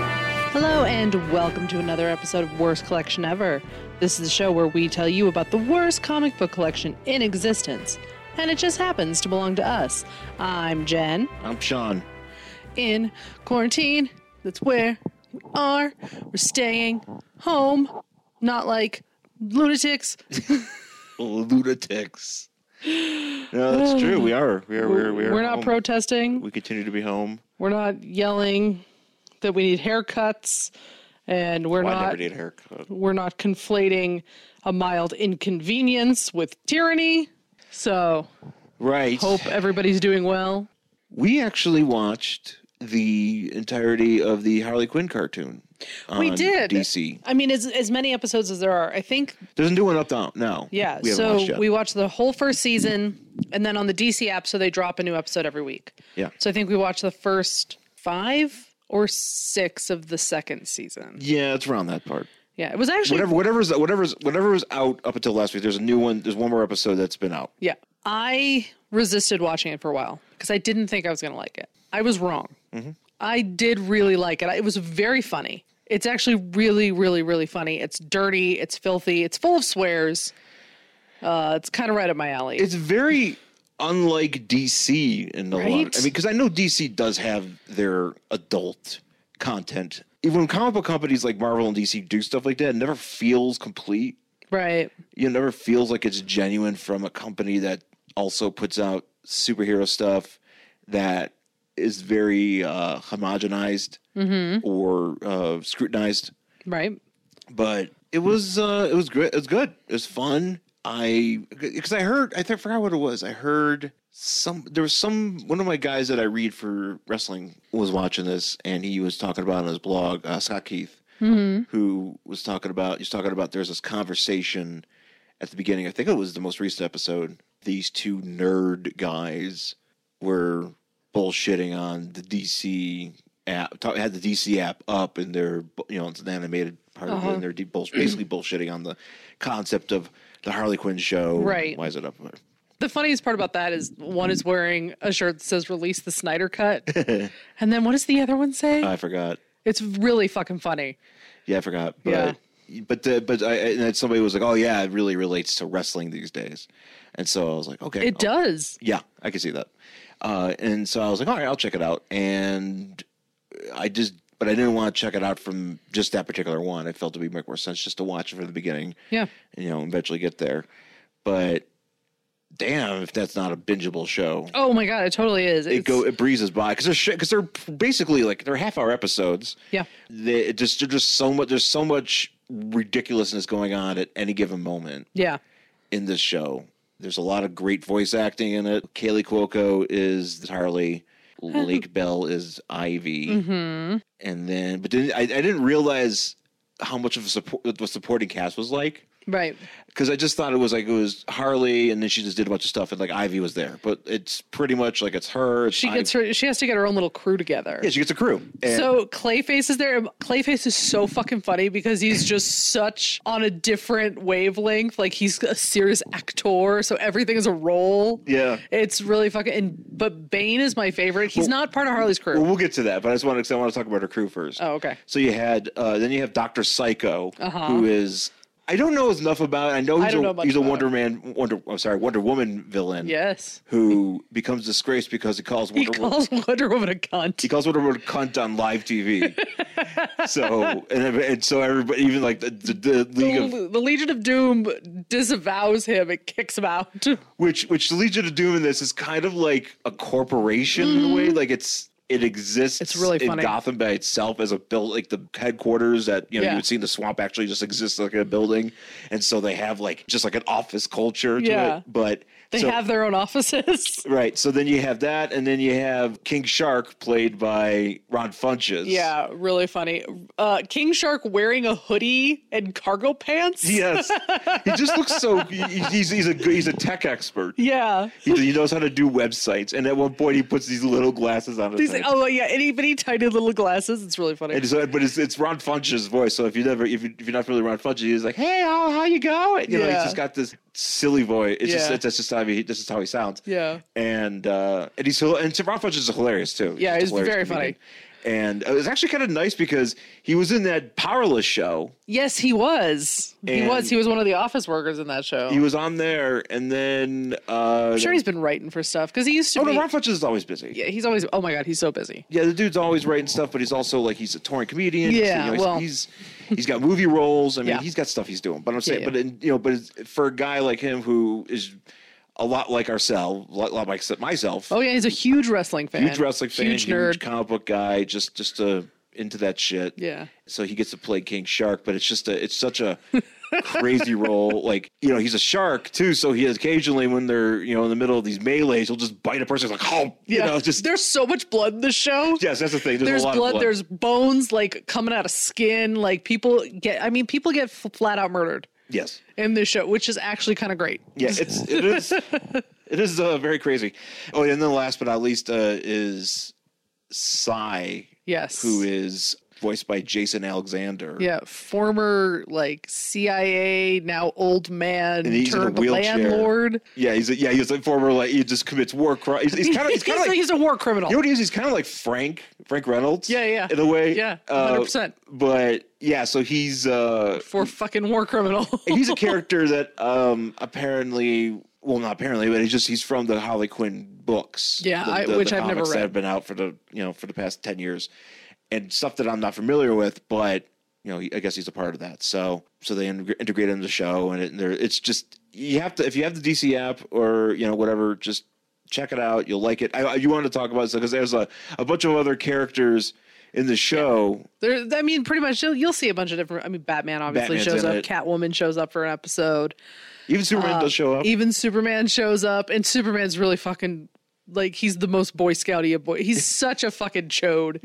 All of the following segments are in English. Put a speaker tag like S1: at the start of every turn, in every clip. S1: Hello, and welcome to another episode of Worst Collection Ever. This is the show where we tell you about the worst comic book collection in existence, and it just happens to belong to us. I'm Jen
S2: I'm Sean.
S1: in quarantine. That's where we are. We're staying home, not like lunatics.
S2: Lunatics. No, that's true. We are. We are. We are. We are
S1: We're not
S2: home.
S1: protesting.
S2: We continue to be home.
S1: We're not yelling that we need haircuts, and we're
S2: Well, I
S1: not
S2: never did a haircut.
S1: we're not conflating a mild inconvenience with tyranny. So
S2: Right.
S1: hope everybody's doing well.
S2: We actually watched the entirety of the Harley Quinn cartoon.
S1: we
S2: on
S1: did
S2: DC
S1: I mean, as as many episodes as there are, I think.
S2: doesn't do one up down. No.
S1: Yeah.
S2: We haven't
S1: so
S2: watched yet.
S1: we watched the whole first season, and then on the DC app, so they drop a new episode every week.
S2: Yeah.
S1: So I think we watched the first five or six of the second season.
S2: Yeah, it's around that part.
S1: Yeah, it was actually
S2: Whatever, whatever's, whatever's, whatever was out up until last week. There's a new one. There's one more episode that's been out.
S1: Yeah. I resisted watching it for a while because I didn't think I was going to like it. I was wrong.
S2: Mm-hmm.
S1: I did really like it. It was very funny. It's actually really, really, really funny. It's dirty. It's filthy. It's full of swears. Uh, it's kind of right up my alley.
S2: it's very unlike DC in a lot.
S1: Right?
S2: I mean, because I know DC does have their adult content. Even when comic book companies like Marvel and DC do stuff like that, it never feels complete.
S1: right.
S2: You know, it never feels like it's genuine from a company that also puts out superhero stuff that is very uh, homogenized or uh, scrutinized
S1: Right.
S2: but it was uh it was good it was good it was fun i because i heard i think I forgot what it was i heard some there was some one of my guys that i read for wrestling was watching this and he was talking about on his blog uh, scott keith
S1: Mm-hmm.
S2: who was talking about he's talking about there's this conversation at the beginning i think it was the most recent episode these two nerd guys were bullshitting on the dc app talk, had the dc app up in their you know it's an animated part
S1: Uh-huh.
S2: of it and they're deep bull, basically bullshitting on the concept of the harley quinn show
S1: Right.
S2: why is it up
S1: The funniest part about that is one is wearing a shirt that says release the Snyder cut. and then what does the other one say?
S2: i forgot
S1: it's really fucking funny.
S2: yeah i forgot but but the, but I, and then somebody was like oh yeah it really relates to wrestling these days and so i was like okay
S1: It
S2: I'll-
S1: does.
S2: Yeah, I can see that. Uh, and so I was like, all right, I'll check it out. And I just, but I didn't want to check it out from just that particular one. It felt to be make more sense just to watch it from the beginning,
S1: Yeah.
S2: and, you know, eventually get there. But damn, if that's not a bingeable show,
S1: Oh my God. It totally is.
S2: it go it breezes by because they're because they're basically like they're half hour episodes.
S1: Yeah.
S2: They it just they're just so much. There's so much ridiculousness going on at any given moment
S1: Yeah.
S2: in this show. There's a lot of great voice acting in it. Kaylee Cuoco is Harley. Lake Bell is Ivy.
S1: Mm-hmm.
S2: And then, but then I, I didn't realize how much of a support what the supporting cast was like
S1: Right.
S2: because I just thought it was like it was Harley, and then she just did a bunch of stuff, and like Ivy was there. But it's pretty much like it's her. It's
S1: She gets
S2: Ivy.
S1: her. She has to get her own little crew together.
S2: Yeah, she gets a crew. And
S1: so Clayface is there. Clayface is so fucking funny because he's just such on a different wavelength. Like he's a serious actor, so everything is a role.
S2: yeah.
S1: It's really fucking. And, but Bane is my favorite. He's not part of Harley's crew.
S2: Well, we'll get to that, but I just want to I want to talk about her crew first.
S1: oh, okay.
S2: So you had uh, then you have Doctor Psycho,
S1: Uh-huh.
S2: who is I don't know as enough about. I know
S1: I
S2: he's
S1: don't
S2: a,
S1: know much
S2: he's a
S1: about
S2: Wonder Man, Wonder I'm sorry, Wonder Woman villain.
S1: Yes.
S2: Who becomes disgraced because he calls
S1: He
S2: Wonder Woman.
S1: calls Wonder Woman a cunt.
S2: He calls Wonder Woman a cunt on live TV. so and, and so everybody, even like the, the, the League of
S1: the Legion of Doom disavows him. It kicks him out.
S2: which which the Legion of Doom in this is kind of like a corporation in a way. Like it's it exists.
S1: Mm-hmm. It's really
S2: in
S1: funny.
S2: Gotham by itself as a build, like the headquarters that you know
S1: Yeah.
S2: you would see in the swamp actually just exists like a building, and so they have like just like an office culture. To
S1: Yeah.
S2: it. but
S1: They
S2: so-
S1: have their own offices.
S2: right. So then you have that, and then you have King Shark played by Ron Funches.
S1: Yeah, really funny. Uh, King Shark wearing a hoodie and cargo pants.
S2: Yes, he just looks so. he- He's he's a good- he's a tech expert.
S1: Yeah.
S2: He, he knows how to do websites, and at one point he puts these little glasses on. His
S1: These,
S2: head.
S1: oh yeah, any bitty tiny little glasses. It's really funny.
S2: And so, but it's, it's Ron Funches' voice. So if you never, if, you, if you're not familiar with Ron Funches, he's like, "Hey, how, how you going?" You know,
S1: Yeah.
S2: he's just got this silly voice. It's just
S1: Yeah.
S2: it's, that's just how he this is how he sounds.
S1: yeah.
S2: And uh, and he's hil- and Ron Funches is hilarious too.
S1: Yeah,
S2: just
S1: he's
S2: hilarious
S1: very
S2: comedian. and it was actually kind of nice because he was in that powerless show.
S1: Yes, he was. he
S2: And-
S1: was. He was one of the office workers in that show.
S2: He was on there, and then uh,
S1: I'm Oh. sure he's been writing for stuff because he used to
S2: oh
S1: be.
S2: no, Ron Funches is always busy.
S1: yeah, he's always. Oh my god, he's so busy.
S2: Yeah, the dude's always writing stuff, but he's also like he's a touring comedian. He's,
S1: Yeah,
S2: you know, he's,
S1: well-
S2: he's he's got movie roles. I mean,
S1: Yeah.
S2: he's got stuff he's doing. But I'm saying,
S1: yeah.
S2: but in, you know, but it's- for a guy like him who is a lot like ourselves, a lot lot like myself,
S1: Oh yeah, he's a huge wrestling fan.
S2: huge wrestling fan,
S1: Huge
S2: huge,
S1: nerd.
S2: comic book guy, just just uh, into that shit.
S1: yeah.
S2: So he gets to play King Shark, but it's just a it's such a crazy role. Like you know, he's a shark too, so he occasionally when they're you know in the middle of these melees, he'll just bite a person. It's like oh,
S1: Yeah.
S2: you know, just
S1: there's so much blood in the show.
S2: yes, that's the thing. There's,
S1: There's
S2: a lot
S1: blood,
S2: of blood.
S1: There's bones like coming out of skin. Like people get. I mean, people get f- flat out murdered
S2: yes.
S1: in this show, which is actually kind of great.
S2: Yeah, it's it is it is uh, very crazy. Oh, and then last but not least uh, is Psy,
S1: Yes.
S2: who is voiced by Jason Alexander.
S1: Yeah, former like CIA, now old man
S2: And he's in a
S1: turned
S2: wheelchair.
S1: landlord.
S2: yeah, he's a, yeah, he's a former like he just commits war crime. He's, he's kind of he's kind of like, you
S1: he's a war criminal.
S2: know what he is? He's kind of like Frank Frank Reynolds.
S1: Yeah, yeah.
S2: in a way.
S1: Yeah,
S2: Uh,
S1: 100%.
S2: but yeah, so he's uh
S1: for fucking war criminal.
S2: he's a character that um apparently well not apparently but he's just he's from the Harley Quinn books
S1: Yeah,
S2: the-
S1: I-
S2: the- the
S1: which I've never
S2: comics that
S1: read.
S2: have been out for the you know for the past 10 years and stuff that I'm not familiar with but you know he- I guess he's a part of that so so they in- integrate him in the show and, it, and there it's just you have to if you have the DC app or you know whatever just check it out you'll like it I, I you wanted to talk about this because there's a, a bunch of other characters in the show
S1: there, I mean, pretty much you'll, you'll see a bunch of different. I mean, Batman obviously
S2: Batman's
S1: shows
S2: in
S1: up.
S2: it.
S1: Catwoman shows up for an episode.
S2: even
S1: Uh,
S2: Superman does show up
S1: Even Superman shows up, and Superman's really fucking like he's the most Boy Scouty of boy. He's such a fucking chode,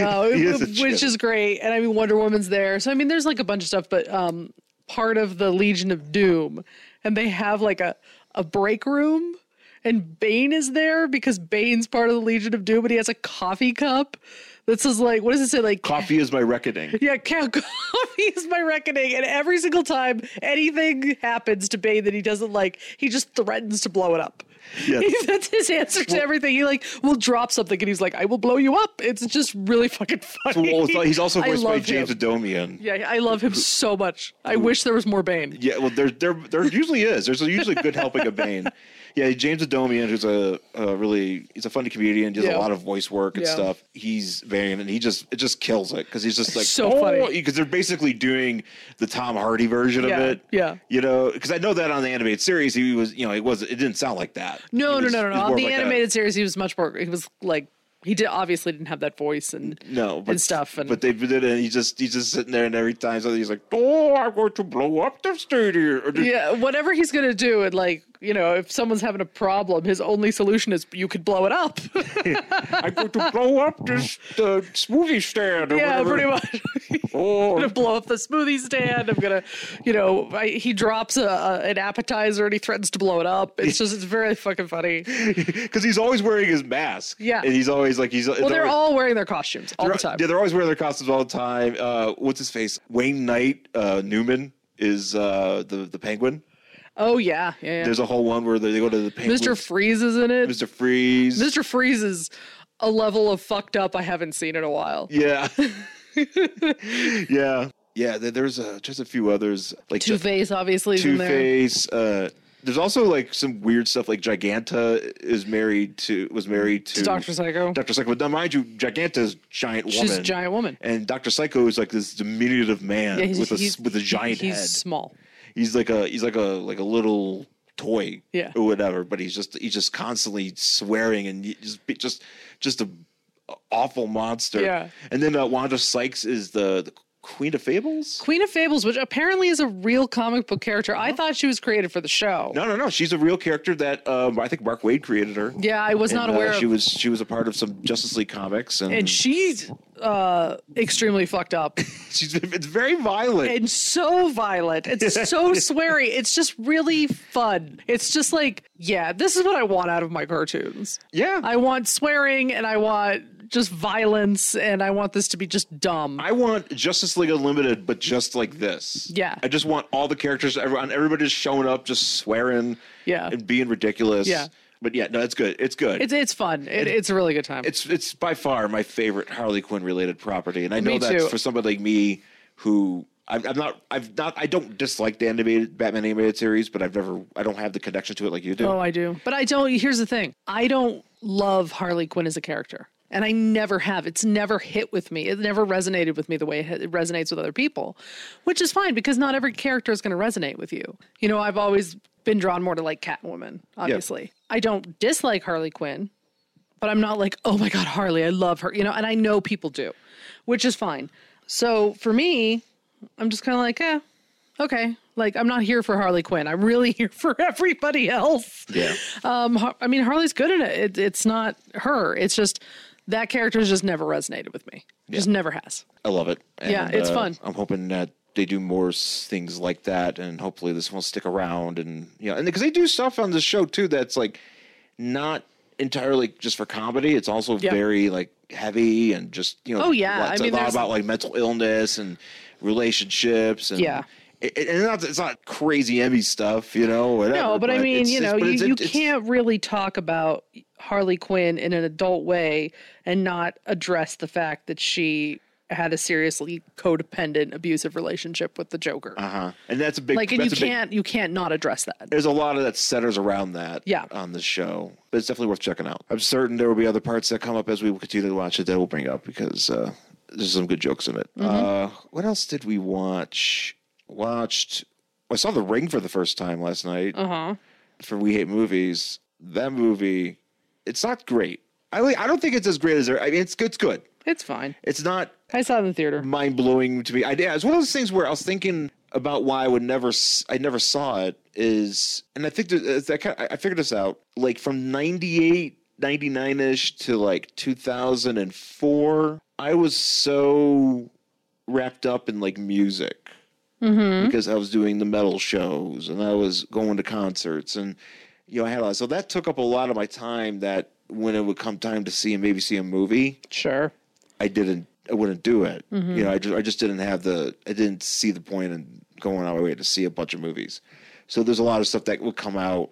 S1: uh,
S2: He is a
S1: which
S2: chode.
S1: is great. And I mean, Wonder Woman's there, so I mean, there's like a bunch of stuff. But um, part of the Legion of Doom, and they have like a a break room. And Bane is there because Bane's part of the Legion of Doom, and he has a coffee cup that says like, what does it say? Like
S2: coffee is my reckoning
S1: yeah, cow coffee is my reckoning. And every single time anything happens to Bane that he doesn't like, he just threatens to blow it up.
S2: Yes.
S1: That's his answer to everything. He like will drop something and he's like, I will blow you up. It's just really fucking funny.
S2: Well, it's- he's also
S1: I
S2: voiced by
S1: love
S2: James
S1: him.
S2: Adomian. Yeah.
S1: Yeah, I love him so much. I wish there was more Bane.
S2: well, there, there, there usually is. There's usually good helping of Bane. Yeah, James Adomian, who's a, a really, he's a funny comedian, does
S1: Yeah.
S2: a lot of voice work and
S1: Yeah.
S2: stuff. He's Bane, and he just, it just kills it because he's just like
S1: So funny.
S2: because they're basically doing the Tom Hardy version
S1: Yeah,
S2: of it.
S1: yeah.
S2: you know, because I know that on the animated series, he was, you know, it was, it didn't sound like that.
S1: No,
S2: He
S1: no,
S2: was-
S1: no,
S2: he
S1: no,
S2: was
S1: no.
S2: more
S1: On the
S2: like a-
S1: animated series, he was much more he was like he did obviously didn't have that voice and
S2: no, but,
S1: and stuff and
S2: but they did it, and he just he's just sitting there, and every time something he's like, "Oh, I'm going to blow up the stadium." or the-
S1: Yeah, whatever he's gonna do, and like you know, if someone's having a problem, his only solution is you could blow it up.
S2: I'm going to blow up this the smoothie stand or
S1: yeah,
S2: whatever.
S1: pretty much. I'm
S2: Oh,
S1: gonna blow up the smoothie stand. I'm gonna, you know, I, he drops a, a an appetizer and he threatens to blow it up. It's just it's very fucking funny.
S2: because he's always wearing his mask.
S1: Yeah.
S2: and he's always like he's.
S1: Well, they're all wearing their costumes all the time.
S2: Yeah, they're always wearing their costumes all the time. Uh, what's his face? Wayne Knight uh, Newman is uh, the the Penguin.
S1: Oh yeah, yeah. yeah.
S2: There's a whole one where they go to the Penguin.
S1: Mr. Freeze is in it.
S2: Mr. Freeze.
S1: Mr. Freeze is a level of fucked up I haven't seen in a while.
S2: Yeah. yeah. Yeah. there- There's a, just a few others like
S1: Two Face obviously is in
S2: Two
S1: there.
S2: Face. Uh, there's also like some weird stuff like Giganta is married to was married to
S1: Doctor Psycho.
S2: Dr. Psycho. But now, mind you, Giganta's giant woman.
S1: She's a giant woman.
S2: And Dr. Psycho is like this diminutive man
S1: Yeah, he's-
S2: with a
S1: he's-
S2: s with a giant
S1: he's
S2: head.
S1: small.
S2: He's like a he's like a like a little toy
S1: Yeah.
S2: or whatever, but he's just he's just constantly swearing and he- just be- just just a awful monster.
S1: Yeah.
S2: And then uh, Wanda Sykes is the, the Queen of Fables?
S1: Queen of Fables, which apparently is a real comic book character. I thought she was created for the show.
S2: No, no, no. She's a real character that um, I think Mark Wade created her.
S1: Yeah, I was not
S2: And, uh,
S1: aware
S2: she
S1: of.
S2: was she was a part of some Justice League comics and,
S1: and she's uh, extremely fucked up
S2: she's it's very violent.
S1: and so violent. It's so sweary. It's just really fun. It's just like, yeah, this is what I want out of my cartoons.
S2: yeah.
S1: I want swearing and I want just violence and I want this to be just dumb.
S2: I want Justice League Unlimited, but just like this.
S1: Yeah.
S2: I just want all the characters, everyone, everybody's showing up, just swearing
S1: Yeah.
S2: and being ridiculous.
S1: Yeah.
S2: But yeah, no, it's good. It's good.
S1: It's it's fun. It, it's a really good time.
S2: it's it's by far my favorite Harley Quinn related property, and I know
S1: Me
S2: that's
S1: too.
S2: for somebody like me who I'm, I'm not I've not I don't dislike the animated Batman animated series, but I've never I don't have the connection to it like you do.
S1: Oh, I do. But I don't. Here's the thing I don't love Harley Quinn as a character. And I never have. It's never hit with me. It never resonated with me the way it ha- it resonates with other people, which is fine because not every character is going to resonate with you. You know, I've always been drawn more to like Catwoman, obviously. I don't dislike Harley Quinn, but I'm not like, oh my God, Harley, I love her. You know, and I know people do, which is fine. So for me, I'm just kind of like, eh, okay. Like, I'm not here for Harley Quinn. I'm really here for everybody else.
S2: Yeah,
S1: Um, Har- I mean, Harley's good in it. it. It's not her. It's just that character's just never resonated with me. Just never has.
S2: I love it. uh,
S1: Yeah, it's fun.
S2: I'm hoping that they do more s- things like that, and hopefully this will stick around. And you know, and because they do stuff on the show too that's like not entirely just for comedy. It's also
S1: Yeah.
S2: very like heavy and just you know.
S1: Oh, yeah.
S2: lots-
S1: I mean,
S2: a lot
S1: there's-
S2: about like mental illness and relationships and
S1: Yeah.
S2: It, it- and not, it's not crazy Emmy stuff, you know. Whatever,
S1: No, but I mean,
S2: it's-
S1: you
S2: it's-
S1: know,
S2: but
S1: you,
S2: it's-
S1: you
S2: it's-
S1: can't really talk about Harley Quinn in an adult way and not address the fact that she had a seriously codependent, abusive relationship with the Joker.
S2: Uh-huh. And that's a big.
S1: like, and you
S2: that's a big-
S1: can't you can't not address that.
S2: there's a lot of that centers around that
S1: Yeah.
S2: on the show but it's definitely worth checking out i'm certain there will be other parts that come up as we continue to watch it that we'll bring up because uh, there's some good jokes in it uh, what else did we watch watched i saw the ring for the first time last night
S1: Uh huh.
S2: for we hate movies that movie it's not great i, like- I don't think it's as great as there i mean it's, it's good
S1: It's fine.
S2: it's not
S1: I saw it in the theater.
S2: mind blowing to me. I yeah, it's one of those things where I was thinking about why I would never s- I never saw it is, and I think that, is that kind I figured this out like from 98, 99 ish to like two thousand and four. I was so wrapped up in like music
S1: Mm-hmm.
S2: because I was doing the metal shows and I was going to concerts and you know I had a lot. So that took up a lot of my time. That when it would come time to see and maybe see a movie,
S1: Sure.
S2: I didn't I wouldn't do it. You know, I just I just didn't have the I didn't see the point in going out of my way to see a bunch of movies. So there's a lot of stuff that would come out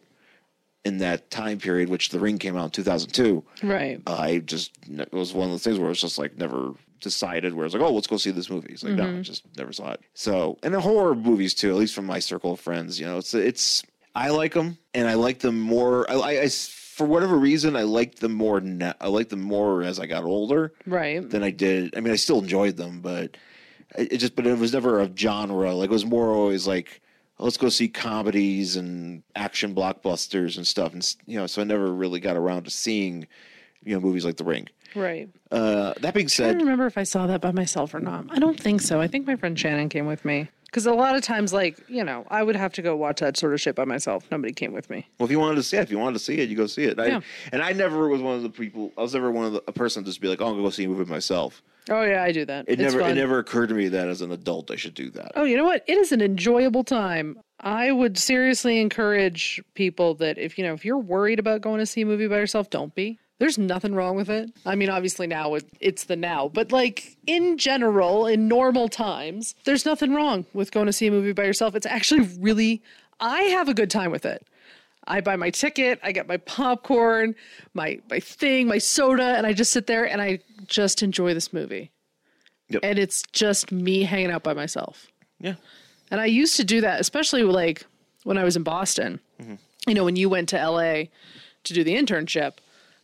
S2: in that time period, which The Ring came out in 2002.
S1: Right.
S2: I just it was one of those things where it's just like never decided where it's like oh let's go see this movie. It's like no, I just never saw it. So and the horror movies too, at least from my circle of friends, you know, it's it's I like them and I like them more. I, I, I s- for whatever reason I liked them more. Now, I liked them more as I got older
S1: Right.
S2: than I did. I mean, I still enjoyed them, but it it just but it was never a genre. Like it was more always like oh, let's go see comedies and action blockbusters and stuff, and s- you know. So I never really got around to seeing you know movies like The Ring.
S1: Right.
S2: Uh, that being
S1: I don't
S2: said,
S1: remember if I saw that by myself or not. I don't think so. I think my friend Shannon came with me. Because a lot of times, like, you know, I would have to go watch that sort of shit by myself. Nobody came with me.
S2: well, if you wanted to see it, if you wanted to see it, you go see it. I,
S1: Yeah.
S2: And I never was one of the people. I was never one of the, a person to just be like, oh, I'm gonna go see a movie myself.
S1: Oh, yeah, I do that.
S2: It
S1: it's
S2: never
S1: fun.
S2: it never occurred to me that as an adult I should do that.
S1: Oh, you know what? It is an enjoyable time. I would seriously encourage people that if, you know, if you're worried about going to see a movie by yourself, don't be. There's nothing wrong with it. I mean, obviously now it, it's the now, but like in general, in normal times, there's nothing wrong with going to see a movie by yourself. It's actually really, I have a good time with it. I buy my ticket, I get my popcorn, my my thing, my soda, and I just sit there and I just enjoy this movie.
S2: Yep.
S1: And it's just me hanging out by myself.
S2: Yeah,
S1: And I used to do that, especially like when I was in Boston.
S2: Mm-hmm.
S1: You know, when you went to LA to do the internship,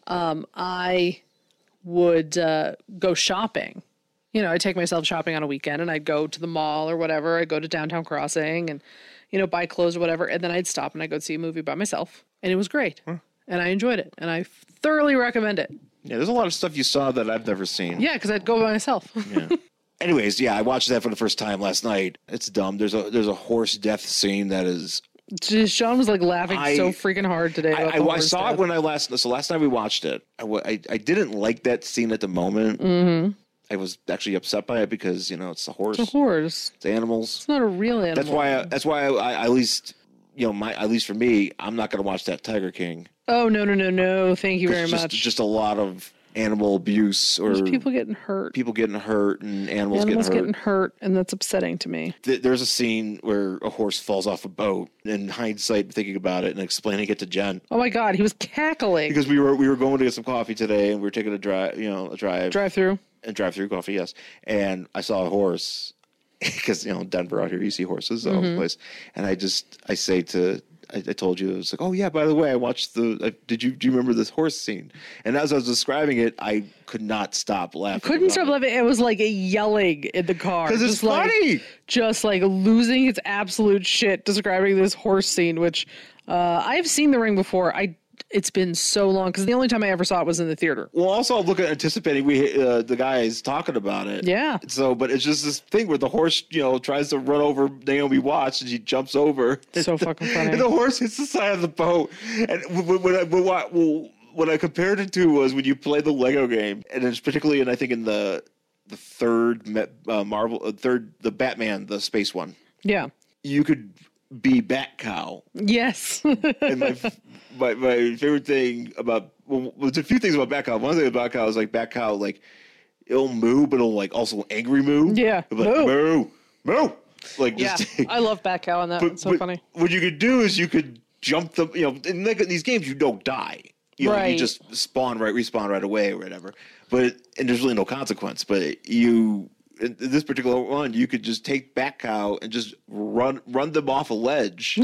S1: um, I would uh, go shopping. You know, I take myself shopping on a weekend and I'd go to the mall or whatever. I'd go to Downtown Crossing and, you know, buy clothes or whatever. And then I'd stop and I'd go see a movie by myself. And it was great. And I enjoyed it. And I thoroughly recommend it.
S2: yeah. There's a lot of stuff you saw that I've never seen.
S1: Yeah, because I'd go by myself.
S2: anyways, yeah, I watched that for the first time last night. It's dumb. There's a there's a horse death scene that is.
S1: Just- Sean was like laughing
S2: I-
S1: so freaking hard today.
S2: I,
S1: about
S2: I,
S1: the
S2: I
S1: horse
S2: saw
S1: death.
S2: it when I last so last night we watched it. I wa- I, I didn't like that scene at the moment. I was actually upset by it because you know it's the horse,
S1: The Mm-hmm. horse.
S2: it's animals.
S1: It's not a real animal.
S2: That's why. I, that's why I, I at least you know my at least for me, I'm not going to watch that Tiger King.
S1: Oh no no no no! Thank you very
S2: It's just,
S1: much.
S2: Just a lot of animal abuse or
S1: There's people getting hurt.
S2: people getting hurt and
S1: Animals
S2: animals, getting hurt.
S1: getting hurt, and that's upsetting to me.
S2: Th- there's a scene where a horse falls off a boat. In hindsight, thinking about it and explaining it to Jen,
S1: Oh my God, he was cackling.
S2: because we were we were going to get some coffee today and we were taking a drive, you know, a drive,
S1: Drive through.
S2: and drive through coffee, yes. And I saw a horse because you know Denver out here you see horses all over
S1: Mm-hmm.
S2: the place. And I just I say to I, I told you I was like, oh yeah, by the way, I watched the. I, did you do you remember this horse scene? And as I was describing it, I could not stop laughing.
S1: Couldn't stop laughing. It was like yelling in the car.
S2: because it's
S1: Just like-
S2: funny.
S1: just like losing his absolute shit describing this horse scene which uh, i've seen the ring before i it's been so long because the only time i ever saw it was in the theater
S2: Well, also I'm looking anticipating we uh, the guy is talking about it.
S1: Yeah.
S2: So, but it's just this thing where the horse, you know, tries to run over Naomi Watts and she jumps over.
S1: So fucking funny.
S2: And the horse hits the side of the boat. And when, when I when, what well, what I compared it to was when you play the Lego game, and it's particularly, and I think in the the third me- uh, Marvel, uh, third the Batman, the space one,
S1: yeah
S2: you could be Bat Cow
S1: yes
S2: and my, f- my my favorite thing about well, there's a few things about Bat Cow. One thing about Bat Cow is like Bat Cow, like it'll moo, but it'll like also angry moo.
S1: Yeah,
S2: It'll be like, moo, moo, like
S1: yeah
S2: just.
S1: i love back cow on that
S2: but-
S1: it's so
S2: but
S1: funny
S2: What you could do is you could jump them. You know, in, like, in these games, you don't die. You know, you
S1: Right.
S2: just spawn right, respawn right away or whatever. But and there's really no consequence. But you. In in this particular one, you could just take Bat Cow and just run run them off a ledge,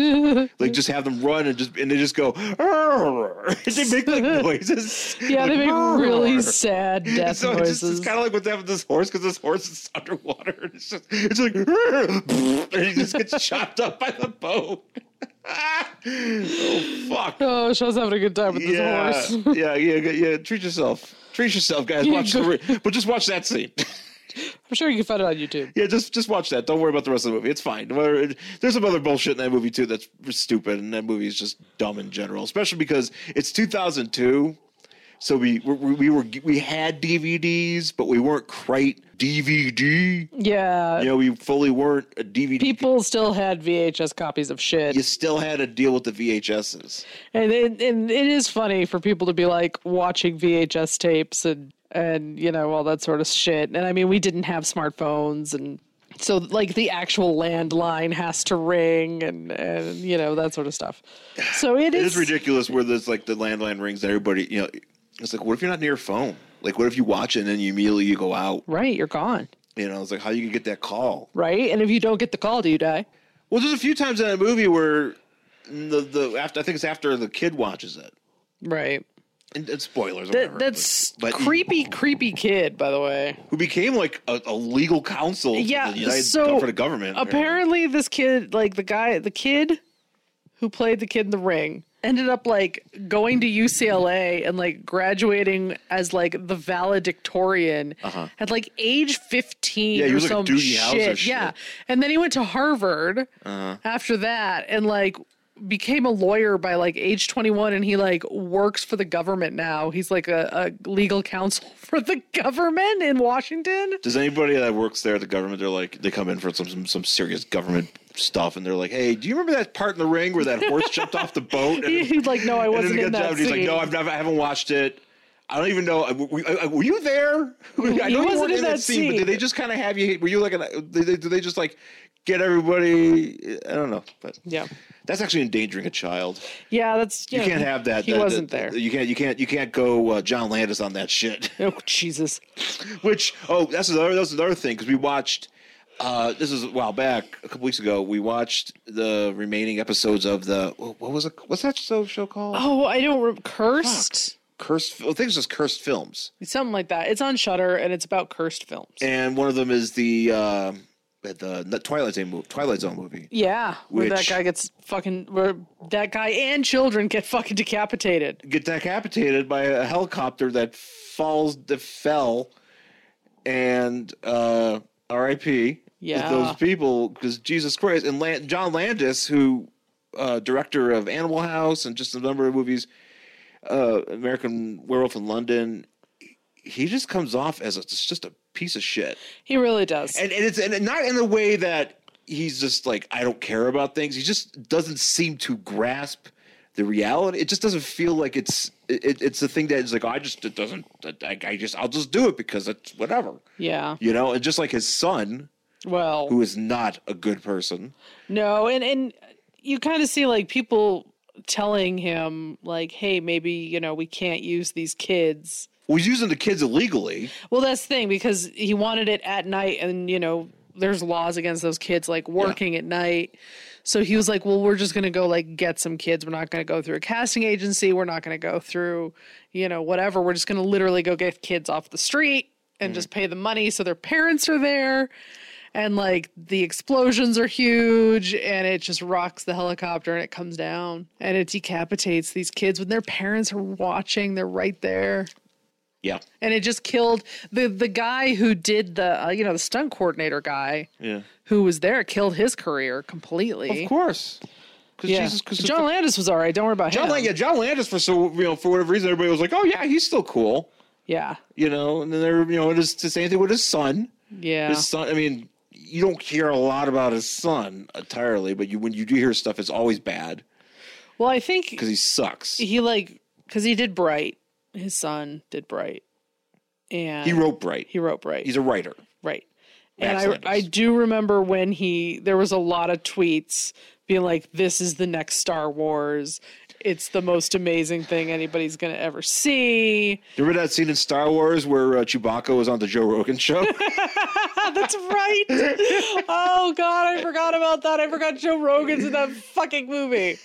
S2: like just have them run and just and they just go. "Arr!" they make like noises.
S1: yeah they
S2: like,
S1: make really
S2: "Arr!"
S1: sad death
S2: so it's just
S1: noises
S2: it's kind of like what's happened to this horse because this horse is underwater. and It's just it's like and he just gets chopped up by the boat. oh fuck!
S1: oh she was having a good time with
S2: yeah,
S1: this horse
S2: yeah, yeah, yeah, yeah. Treat yourself. Treat yourself, guys.
S1: Yeah,
S2: Watch the
S1: go-
S2: re- but just watch that scene.
S1: i'm sure you can find it on youtube
S2: yeah, just just watch that. Don't worry about the rest of the movie. It's fine. Whether- There's some other bullshit in that movie too that's stupid, and that movie is just dumb in general. Especially because it's 2002, so we we, we were we had DVDs, but we weren't quite DVD.
S1: yeah
S2: You know, we fully weren't a DVD.
S1: people still had vhs copies of shit
S2: You still had to deal with the VHSs.
S1: And it, and it is funny for people to be like watching VHS tapes and and you know all that sort of shit. And I mean, we didn't have smartphones, and so like the actual landline has to ring, and and you know that sort of stuff. So it
S2: It
S1: is,
S2: is ridiculous where there's like the landline rings and everybody, you know, it's like, what if you're not near your phone? Like, what if you watch it and then you immediately you go out?
S1: right. You're gone,
S2: You know, it's like how you can get that call.
S1: right? And if you don't get the call, do you die?
S2: Well, there's a few times in that movie where the the after I think it's after the kid watches it.
S1: Right.
S2: And it's spoilers. or
S1: That,
S2: whatever,
S1: that's
S2: but- but he-
S1: creepy, creepy kid. By the way,
S2: who became like a, a legal counsel.
S1: Yeah,
S2: for the, United,
S1: so
S2: for the government.
S1: apparently this kid like the guy the kid who played the kid in the ring ended up like going to UCLA and like graduating as like the valedictorian at like age 15
S2: Uh-huh. Yeah, he
S1: or
S2: was, like, a
S1: some
S2: Doogie Howser
S1: shit.
S2: shit. Uh-huh.
S1: yeah and then he went to Harvard after that and like became a lawyer by like age 21 and he like works for the government now he's like a, a legal counsel for the government in washington
S2: Does anybody that works there at the government, they're like, they come in for some, some some serious government stuff, and they're like, "Hey, do you remember that part in the ring where that horse jumped off the boat?" And,
S1: he's like no i
S2: and then
S1: wasn't
S2: he
S1: in
S2: gets
S1: that
S2: up and he's like,
S1: scene."
S2: "No, I've never, I haven't watched it. I don't even know. I- Were, I- I- were you there? I
S1: He
S2: know you
S1: wasn't
S2: weren't
S1: in
S2: in that
S1: that
S2: scene, but
S1: scene.
S2: did they just kind of have you? Were you like, an, did, they, did they just like get everybody? I don't know, but
S1: Yeah.
S2: that's actually endangering a child.
S1: Yeah, that's
S2: You can't have that.
S1: He
S2: that-
S1: wasn't
S2: that-
S1: there.
S2: You can't. You can't. You can't go uh, John Landis on that shit.
S1: Oh Jesus.
S2: Which oh, that's another that's another thing because we watched. Uh, this is a while back, a couple weeks ago. We watched the remaining episodes of the wha- what was it? What's that show show called?
S1: Oh, I don't rem cursed
S2: Cursed. Well, I think it's just cursed films.
S1: something like that. It's on Shutter and it's about cursed films.
S2: And one of them is the uh, the the Twilight Zone movie. Twilight Zone movie.
S1: yeah, where that
S2: Which-
S1: guy gets fucking where that guy and children get fucking decapitated.
S2: Get decapitated by a helicopter that falls that fell, and uh, R.I.P.
S1: Yeah.
S2: Those people because Jesus Christ and Lan- John Landis, who uh, director of Animal House and just a number of movies, uh, American Werewolf in London. He just comes off as a, just a piece of shit.
S1: He really does.
S2: and, and it's and not in a way that he's just like I don't care about things. He just doesn't seem to grasp the reality it just doesn't feel like it's it, it's the thing that is like i just it doesn't I, I just i'll just do it because it's whatever
S1: Yeah.
S2: you know and just like his son
S1: Well,
S2: who is not a good person
S1: no, and and you kind of see like people telling him like, "Hey, maybe, you know, we can't use these kids."
S2: was using the kids illegally
S1: Well, that's the thing because he wanted it at night, and you know, there's laws against those kids like working at night. So he was like, "Well, we're just gonna go like get some kids. We're not gonna go through a casting agency. We're not gonna go through, you know, whatever. We're just gonna literally go get kids off the street and just pay the money so their parents are there." And like the explosions are huge, and it just rocks the helicopter, and it comes down, and it decapitates these kids when their parents are watching. They're right there
S2: yeah
S1: and it just killed the the guy who did the uh, you know the stunt coordinator guy
S2: yeah
S1: who was there killed his career completely.
S2: of course because
S1: yeah.
S2: jesus because
S1: John Landis was all right. Don't worry about
S2: John,
S1: him.
S2: Land- yeah, John Landis for so you know for whatever reason everybody was like, oh yeah, he's still cool,
S1: yeah,
S2: you know. And then they're you know it is the same thing with his son.
S1: yeah,
S2: His son, I mean, you don't hear a lot about his son entirely, but you when you do hear stuff, it's always bad
S1: Well, I think
S2: because he sucks.
S1: he like because he did Bright. His son did Bright, and
S2: He wrote Bright.
S1: he wrote Bright.
S2: He's a writer.
S1: Right.
S2: Max
S1: And
S2: Landis.
S1: I, I do remember when he there was a lot of tweets being like, "This is the next Star Wars. It's the most amazing thing anybody's gonna ever see."
S2: You remember that scene in Star Wars where uh, Chewbacca was on the Joe Rogan show?
S1: That's right. oh God, I forgot about that. I forgot Joe Rogan's in that fucking movie.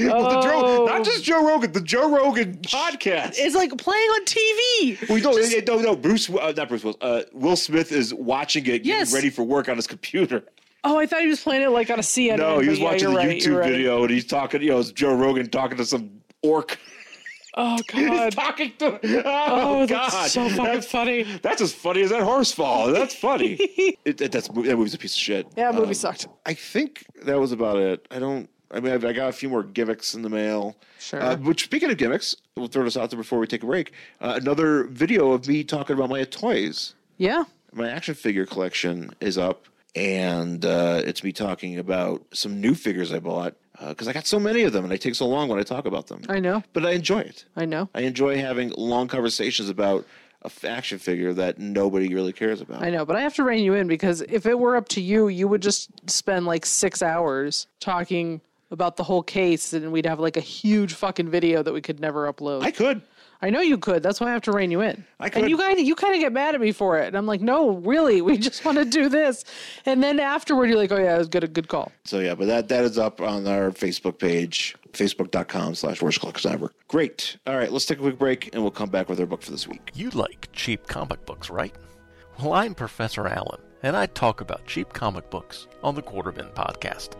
S2: Well, the Joe,
S1: Oh.
S2: not just Joe Rogan, the Joe Rogan podcast.
S1: It's like playing on TV.
S2: We don't, no, no, Bruce, uh, not Bruce Willis. Uh, Will Smith is watching it, getting
S1: Yes.
S2: ready for work on his computer.
S1: Oh, I thought he was playing it like on a CNN.
S2: No, he
S1: but
S2: was
S1: yeah,
S2: watching
S1: you're
S2: the
S1: right, you're
S2: YouTube
S1: right.
S2: video and he's talking, you know, it's Joe Rogan talking to some orc.
S1: Oh
S2: he's
S1: God.
S2: talking to Oh,
S1: Oh,
S2: God.
S1: that's so fucking
S2: that's,
S1: funny.
S2: that's as funny as that horse fall. That's funny. it, it- that's, that movie's a piece of shit.
S1: Yeah, movie
S2: Um,
S1: sucked.
S2: I think that was about it. I don't. I mean, I've, I got a few more gimmicks in the mail.
S1: Sure.
S2: Uh, which, speaking of gimmicks, we'll throw this out there before we take a break. Uh, another video of me talking about my toys.
S1: Yeah.
S2: My action figure collection is up, and uh, it's me talking about some new figures I bought because I got so many of them, and I take so long when I talk about them.
S1: I know.
S2: But I enjoy it.
S1: I know.
S2: I enjoy having long conversations about a f- action figure that nobody really cares about.
S1: I know, but I have to rein you in because if it were up to you, you would just spend like six hours talking about the whole case and we'd have like a huge fucking video that we could never upload.
S2: I could.
S1: I know you could. That's why I have to rein you in.
S2: I could.
S1: And you kind of you kind of get mad at me for it. And I'm like, no, really, we just want to do this. And then afterward, you're like, oh yeah, it was good, a good call.
S2: So yeah, but that that is up on our Facebook page, facebook.com slash Worst Collectors Network. Great. All right, let's take a quick break and we'll come back with our book for this week.
S3: You like cheap comic books, right? Well, I'm Professor Allen, and I talk about cheap comic books on the Quarterbin podcast.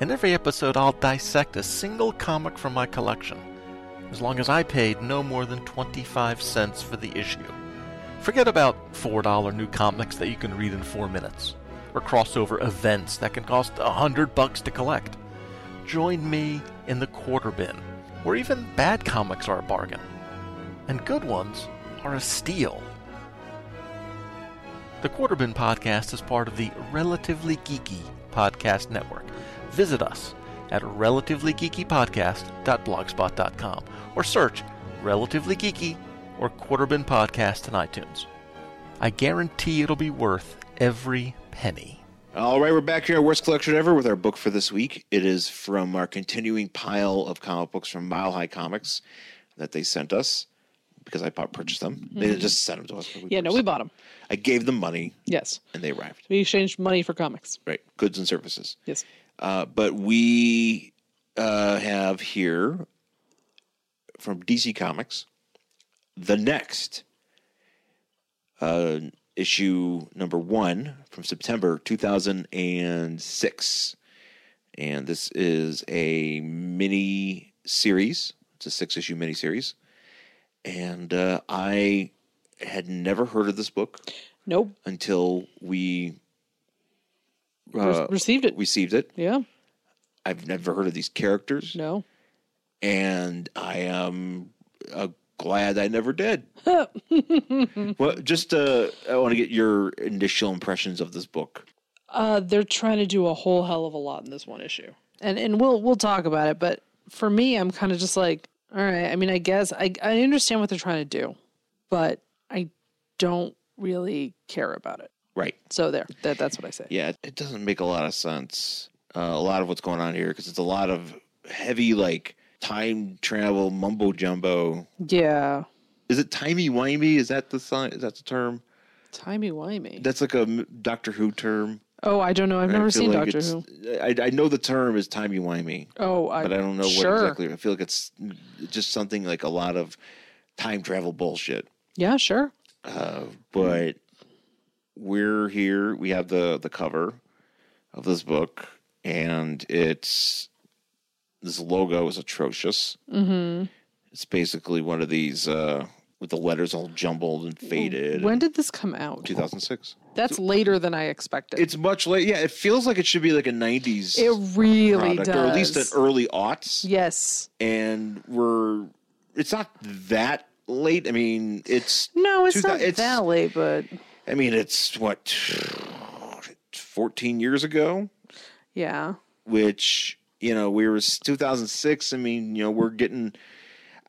S3: In every episode, I'll dissect a single comic from my collection, as long as I paid no more than 25 cents for the issue. Forget about $4 new comics that you can read in 4 minutes, or crossover events that can cost 100 bucks to collect. Join me in the Quarterbin, where even bad comics are a bargain and good ones are a steal. The Quarterbin Podcast is part of the Relatively Geeky Podcast Network. Visit us at relativelygeekypodcast.blogspot.com or search Relatively Geeky or Quarterbin Podcast in iTunes. I guarantee it'll be worth every penny.
S2: All right, we're back here at Worst Collection Ever with our book for this week. It is from our continuing pile of comic books from Mile High Comics that they sent us because I bought- purchased them. They didn't just sent them to us. but
S1: Mm-hmm. Yeah, no, we
S2: purchased
S1: bought them.
S2: them. I gave them money
S1: Yes,
S2: and they arrived.
S1: we exchanged money for comics.
S2: Right, goods and services.
S1: Yes,
S2: Uh, but we uh, have here from DC Comics the next uh, issue number one from September 2006. And this is a mini series, it's a six issue mini series. And uh, I had never heard of this book
S1: nope,
S2: until we
S1: Re-
S2: uh,
S1: received it.
S2: received it.
S1: yeah,
S2: I've never heard of these characters,
S1: no,
S2: and I am uh, glad I never did. well, just uh, I want to get your initial impressions of this book.
S1: uh, they're trying to do a whole hell of a lot in this one issue, and and we'll we'll talk about it. But for me, I'm kind of just like, all right. I mean, I guess I I understand what they're trying to do, but I don't really care about it.
S2: Right.
S1: So there, that that's what I say.
S2: Yeah, it doesn't make a lot of sense. Uh, a lot of what's going on here because it's a lot of heavy like time travel mumbo jumbo.
S1: Yeah,
S2: Is it timey wimey? Is that the sign? Is that the term?
S1: timey wimey.
S2: That's like a m- Doctor Who term.
S1: oh, I don't know. I've
S2: I
S1: never
S2: feel
S1: seen
S2: like
S1: Doctor
S2: it's-
S1: Who.
S2: I, I know the term is timey wimey,
S1: Oh, I,
S2: but I don't know
S1: sure.
S2: what exactly. I feel like it's just something like a lot of time travel bullshit.
S1: Yeah, sure.
S2: Uh,
S1: Mm-hmm.
S2: but we're here. We have the the cover of this book, and it's this logo is atrocious.
S1: Mm-hmm.
S2: It's basically one of these uh, with the letters all jumbled and faded.
S1: When did this come out?
S2: 2006.
S1: That's later than I expected.
S2: It's much late. Yeah, it feels like it should be like a 90s
S1: it really
S2: product,
S1: does.
S2: or at least an early aughts.
S1: yes.
S2: And we're it's not that late. I mean, it's
S1: No, it's
S2: Two thou-
S1: not
S2: it's-
S1: that late, but
S2: I mean, it's what 14 years ago.
S1: yeah.
S2: which you know we were 2006 i mean you know we're getting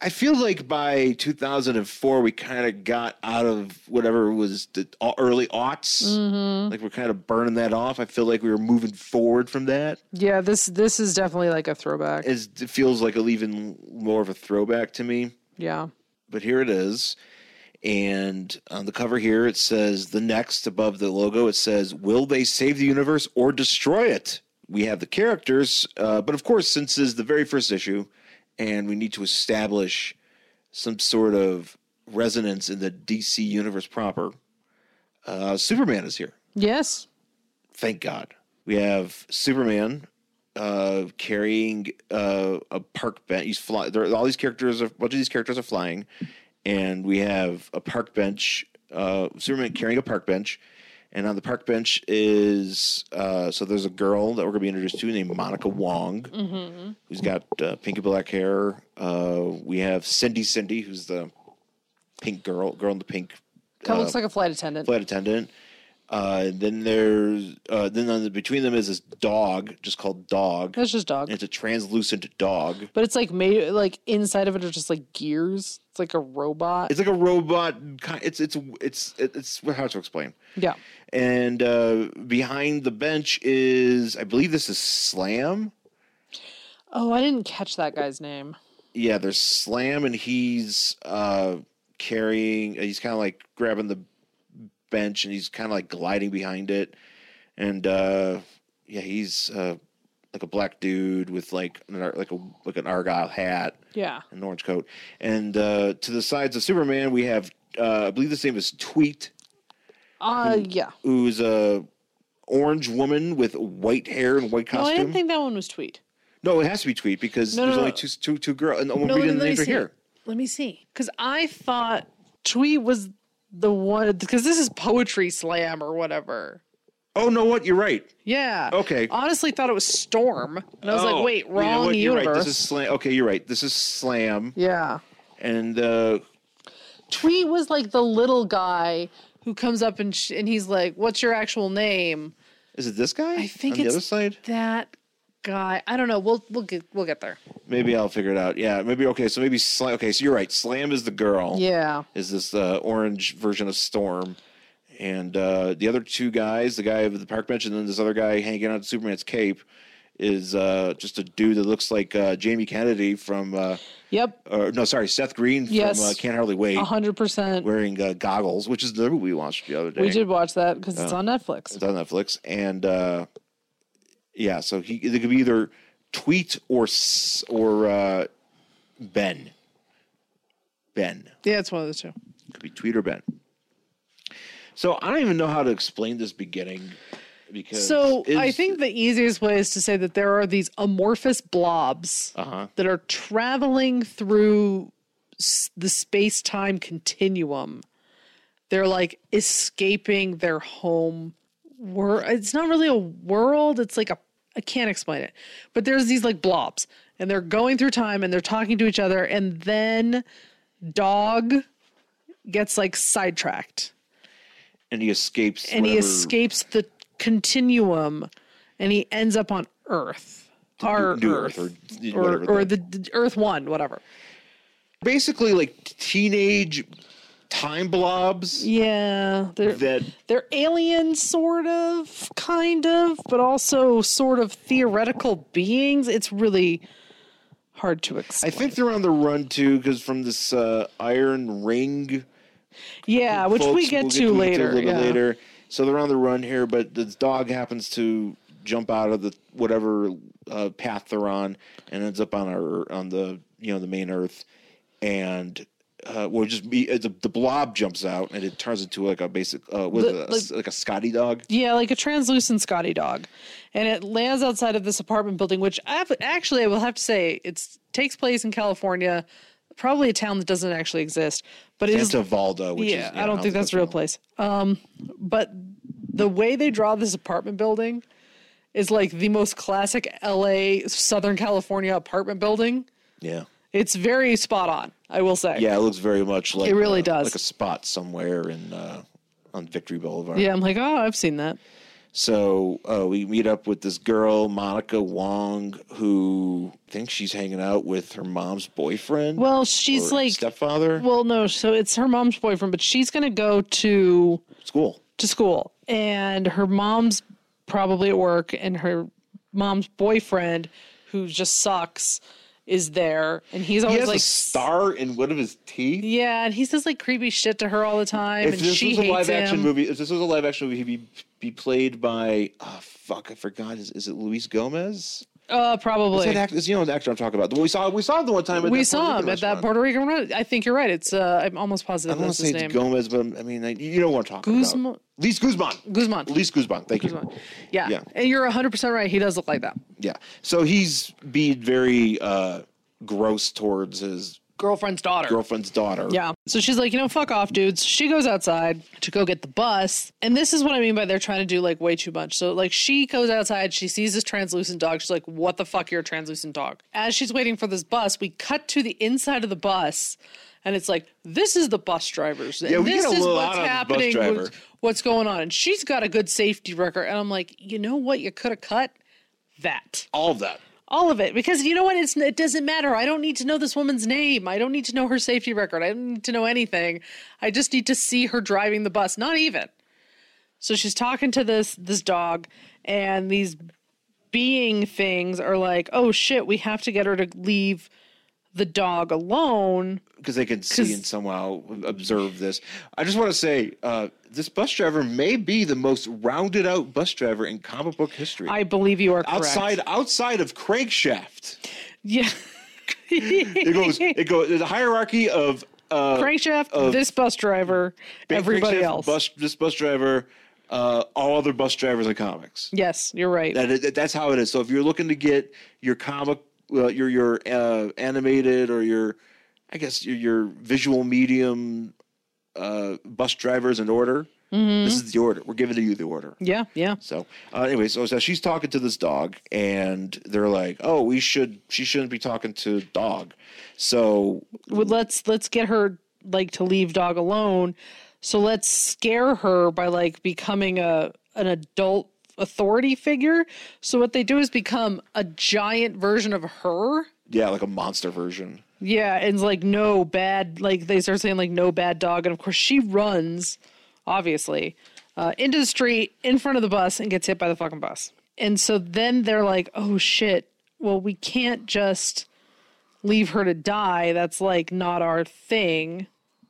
S2: i feel like by 2004 we kind of got out of whatever was the au- early aughts
S1: Mm-hmm.
S2: like we're kind of burning that off i feel like we were moving forward from that
S1: Yeah, this this is definitely like a throwback.
S2: It's- it feels like a, even more of a throwback to me
S1: yeah.
S2: but here it is and on the cover here it says the next above the logo it says will they save the universe or destroy it we have the characters uh, but of course since this is the very first issue and we need to establish some sort of resonance in the dc universe proper uh, superman is here
S1: Yes.
S2: thank god we have superman uh, carrying uh, a park bench he's flying all these characters are a bunch of these characters are flying and we have a park bench uh, superman carrying a park bench and on the park bench is uh, so there's a girl that we're going to be introduced to named monica wong
S1: Mm-hmm.
S2: who's got uh, pink and black hair uh, we have cindy cindy who's the pink girl girl in the pink
S1: Kind of
S2: uh,
S1: looks like a flight attendant.
S2: flight attendant. Uh, then there's uh, then on the, between them is this dog, just called Dog.
S1: That's just dog.
S2: And it's a translucent dog.
S1: But it's like made like inside of it are just like gears. It's like a robot.
S2: It's like a robot. ki- It's it's it's it's, it's how to explain.
S1: yeah.
S2: And uh, behind the bench is I believe this is Slam.
S1: Oh, I didn't catch that guy's name.
S2: Yeah, there's Slam, and he's uh, carrying. uh, He's kind of like grabbing the bench, and he's kind of like gliding behind it. And uh, yeah, he's uh, like a black dude with like an, ar- like a like an argyle hat
S1: Yeah.
S2: and an orange coat. And uh, to the sides of Superman, we have uh, I believe this name is Tweet,
S1: Uh
S2: Hmm.
S1: yeah.
S2: who's a orange woman with white hair and white
S1: No, I
S2: costume.
S1: didn't think that one was tweet.
S2: no, it has to be Tweet because
S1: No, no,
S2: there's
S1: no.
S2: only two two two girls, and
S1: No,
S2: we
S1: let
S2: didn't
S1: me- let me
S2: name her
S1: see.
S2: here.
S1: Let me see. Cuz I thought tweet was the one cuz this is poetry slam or whatever.
S2: Oh no, what you're right.
S1: Yeah.
S2: Okay.
S1: Honestly thought it was storm. And I was
S2: Oh,
S1: like, "Wait,
S2: you know
S1: wrong
S2: what, You're
S1: universe."
S2: right. This is slam. Okay, you're right. This is slam.
S1: yeah.
S2: And uh,
S1: Tweet was like the little guy who comes up and sh- and he's like, "What's your actual name?"
S2: is it this guy?
S1: I think
S2: on the
S1: it's-
S2: other side.
S1: That guy. I don't know. We'll we'll get we'll get there.
S2: Maybe I'll figure it out. Yeah. Maybe okay. So maybe slam. Okay. So you're right. Slam is the girl.
S1: Yeah.
S2: Is this uh, orange version of storm? And uh, the other two guys, the guy with the park bench, and then this other guy hanging out Superman's cape, is uh, just a dude that looks like uh, Jamie Kennedy from, uh,
S1: Yep.
S2: or no, sorry, Seth Green from
S1: Yes. Uh-huh.
S2: uh, Can't Hardly Wait,
S1: A hundred percent.
S2: wearing uh, goggles, which is the movie we watched the other day.
S1: We did watch that because
S2: Oh.
S1: it's on Netflix.
S2: It's on Netflix, and uh, yeah, so he it could be either tweet or S- or uh, Ben. Ben
S1: Yeah, it's one of the two.
S2: could be tweet or Ben. So I don't even know how to explain this beginning because
S1: So I think the easiest way is to say that there are these amorphous blobs
S2: uh huh
S1: that are traveling through s- the space time continuum. They're like escaping their home. Wor- it's not really a world. It's like a I can't explain it. But there's these like blobs, and they're going through time, and they're talking to each other, and then dog gets like sidetracked,
S2: and he escapes
S1: and he
S2: whatever-
S1: escapes the continuum, and he ends up on Earth. our
S2: New
S1: Earth,
S2: Earth, or,
S1: or,
S2: whatever.
S1: or the, the Earth One, whatever.
S2: basically like teenage time blobs
S1: Yeah, they're
S2: that
S1: they're alien, sort of, kind of, but also sort of theoretical beings. It's really hard to
S2: I
S1: explain.
S2: think they're on the run too because from this uh, Iron Ring,
S1: yeah, which
S2: folks,
S1: we get,
S2: we'll
S1: to, later.
S2: a little
S1: yeah.
S2: bit later. So they're on the run here, but the dog happens to jump out of the whatever uh, path they're on and ends up on our on the you know the main Earth, and uh, well, just be, uh, the, the blob jumps out and it turns into like a basic uh, what is
S1: The-
S2: it, a s- like a Scotty dog.
S1: Yeah, like a translucent Scotty dog. And it lands outside of this apartment building, which I've, actually I will have to say it takes place in California, probably a town that doesn't actually exist. But it is
S2: Santa Valda, which
S1: yeah,
S2: is,
S1: I don't think that's a real place. Um, but the way they draw this apartment building is like the most classic LA Southern California apartment building.
S2: Yeah,
S1: It's very spot on, I will say.
S2: yeah, it looks very much like
S1: It really
S2: uh,
S1: does.
S2: like a spot somewhere in uh, on Victory Boulevard.
S1: Yeah, I'm like, oh, I've seen that.
S2: So uh, we meet up with this girl, Monica Wong, who thinks she's hanging out with her mom's boyfriend.
S1: Well,
S2: or
S1: she's like,
S2: stepfather.
S1: well, no, so it's her mom's boyfriend, but she's going to go to
S2: School.
S1: to school and her mom's probably at work and her mom's boyfriend who just sucks is there and he's
S2: He
S1: always
S2: has
S1: like
S2: a star in one of his teeth.
S1: yeah and he says like creepy shit to her all the time
S2: If
S1: and
S2: this
S1: she
S2: was
S1: hates
S2: a live action
S1: him
S2: movie, if this was a live action movie, he'd be be played by oh fuck, I forgot. Is, is it Luis Gomez?
S1: uh
S2: Is
S1: probably
S2: that act, is, you know the actor I'm talking about. We saw we saw him the one time. At
S1: we
S2: that Puerto
S1: saw him
S2: Rican
S1: at that
S2: restaurant.
S1: puerto rican run i think you're right it's uh i'm almost
S2: I
S1: positive
S2: don't
S1: that's
S2: want to
S1: his
S2: say
S1: name
S2: it's Gomez, but I'm- I mean, I, you know what I'm talking
S1: Guzman-
S2: about. Luis Guzman.
S1: guzman
S2: Luis Guzman. Thank you.
S1: Guzman. Yeah.
S2: Yeah.
S1: and you're 100% right he does look like that
S2: Yeah. So he's being very uh, gross towards his
S1: girlfriend's daughter
S2: girlfriend's daughter.
S1: Yeah. So she's like, you know, fuck off, dudes. She goes outside to go get the bus. And this is what I mean by they're trying to do like way too much. So, like, she goes outside, she sees this translucent dog. She's like, what the fuck, you're a translucent dog. As she's waiting for this bus, we cut to the inside of the bus. And it's like, this is the bus drivers. And
S2: Yeah, we
S1: this
S2: get a
S1: is
S2: little
S1: what's
S2: out on the bus
S1: happening.
S2: driver.
S1: what's- what's going on? And she's got a good safety record. And I'm like, you know what? You could have cut that
S2: All of that.
S1: all of it because you know what it's it doesn't matter i don't need to know this woman's name i don't need to know her safety record i don't need to know anything i just need to see her driving the bus not even so she's talking to this this dog and these being things are like oh shit we have to get her to leave the dog alone
S2: Because they could see
S1: 'Cause-
S2: and somehow observe this. I just want to say uh, this bus driver may be the most rounded out bus driver in comic book history.
S1: i believe you are correct
S2: outside outside of Crankshaft.
S1: yeah
S2: It goes it goes the hierarchy of uh
S1: crankshaft this bus driver everybody
S2: Crankshaft,
S1: else
S2: Bus this bus driver, uh, all other bus drivers in comics.
S1: yes you're right
S2: That is, that's how it is. So if you're looking to get your comic, uh, your your uh, animated or your, I guess your your visual medium, uh, bus drivers in order. This is the order. We're giving you the order.
S1: yeah yeah
S2: So uh, anyway, so, so she's talking to this dog, and they're like, "Oh, we should. She shouldn't be talking to dog." So
S1: well, let's let's get her like to leave dog alone so let's scare her by like becoming a an adult authority figure so what they do is become a giant version of her
S2: yeah, like a monster version.
S1: yeah and it's like no bad like they start saying like no bad dog and of course she runs obviously uh, into the street in front of the bus and gets hit by the fucking bus and so then they're like oh shit well we can't just leave her to die. That's like not our thing.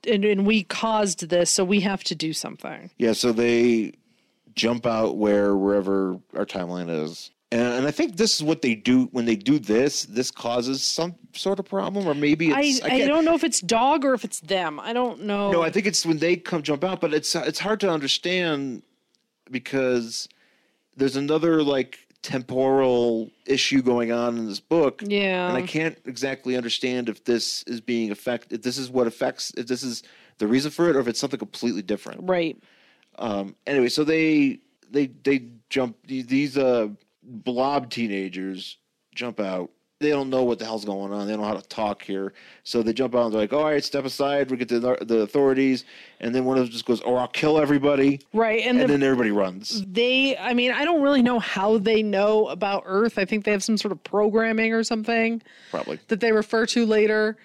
S1: And, and we caused this, so we have to do something.
S2: Yeah, so they jump out where wherever our timeline is. And, and I think this is what they do when they do this. This causes some sort of problem, or maybe
S1: I,
S2: it's
S1: I,
S2: can't-
S1: don't know if it's dog or if it's them. I don't know.
S2: No, I think it's when they come jump out, but it's it's hard to understand because there's another like temporal issue going on in this book.
S1: Yeah.
S2: and I can't exactly understand if this is being affect if this is what affects if this is the reason for it or if it's something completely different.
S1: right.
S2: Um, anyway, so they they they jump these- these uh blob teenagers jump out they don't know what the hell's going on. They don't know how to talk here. So they jump out and they're like, all right, step aside. We get the, the authorities. And then one of them just goes, or I'll kill everybody.
S1: Right. And,
S2: And,
S1: the,
S2: then everybody runs.
S1: they, I mean, I don't really know how they know about Earth. I think they have some sort of programming or something
S2: Probably.
S1: that they refer to later.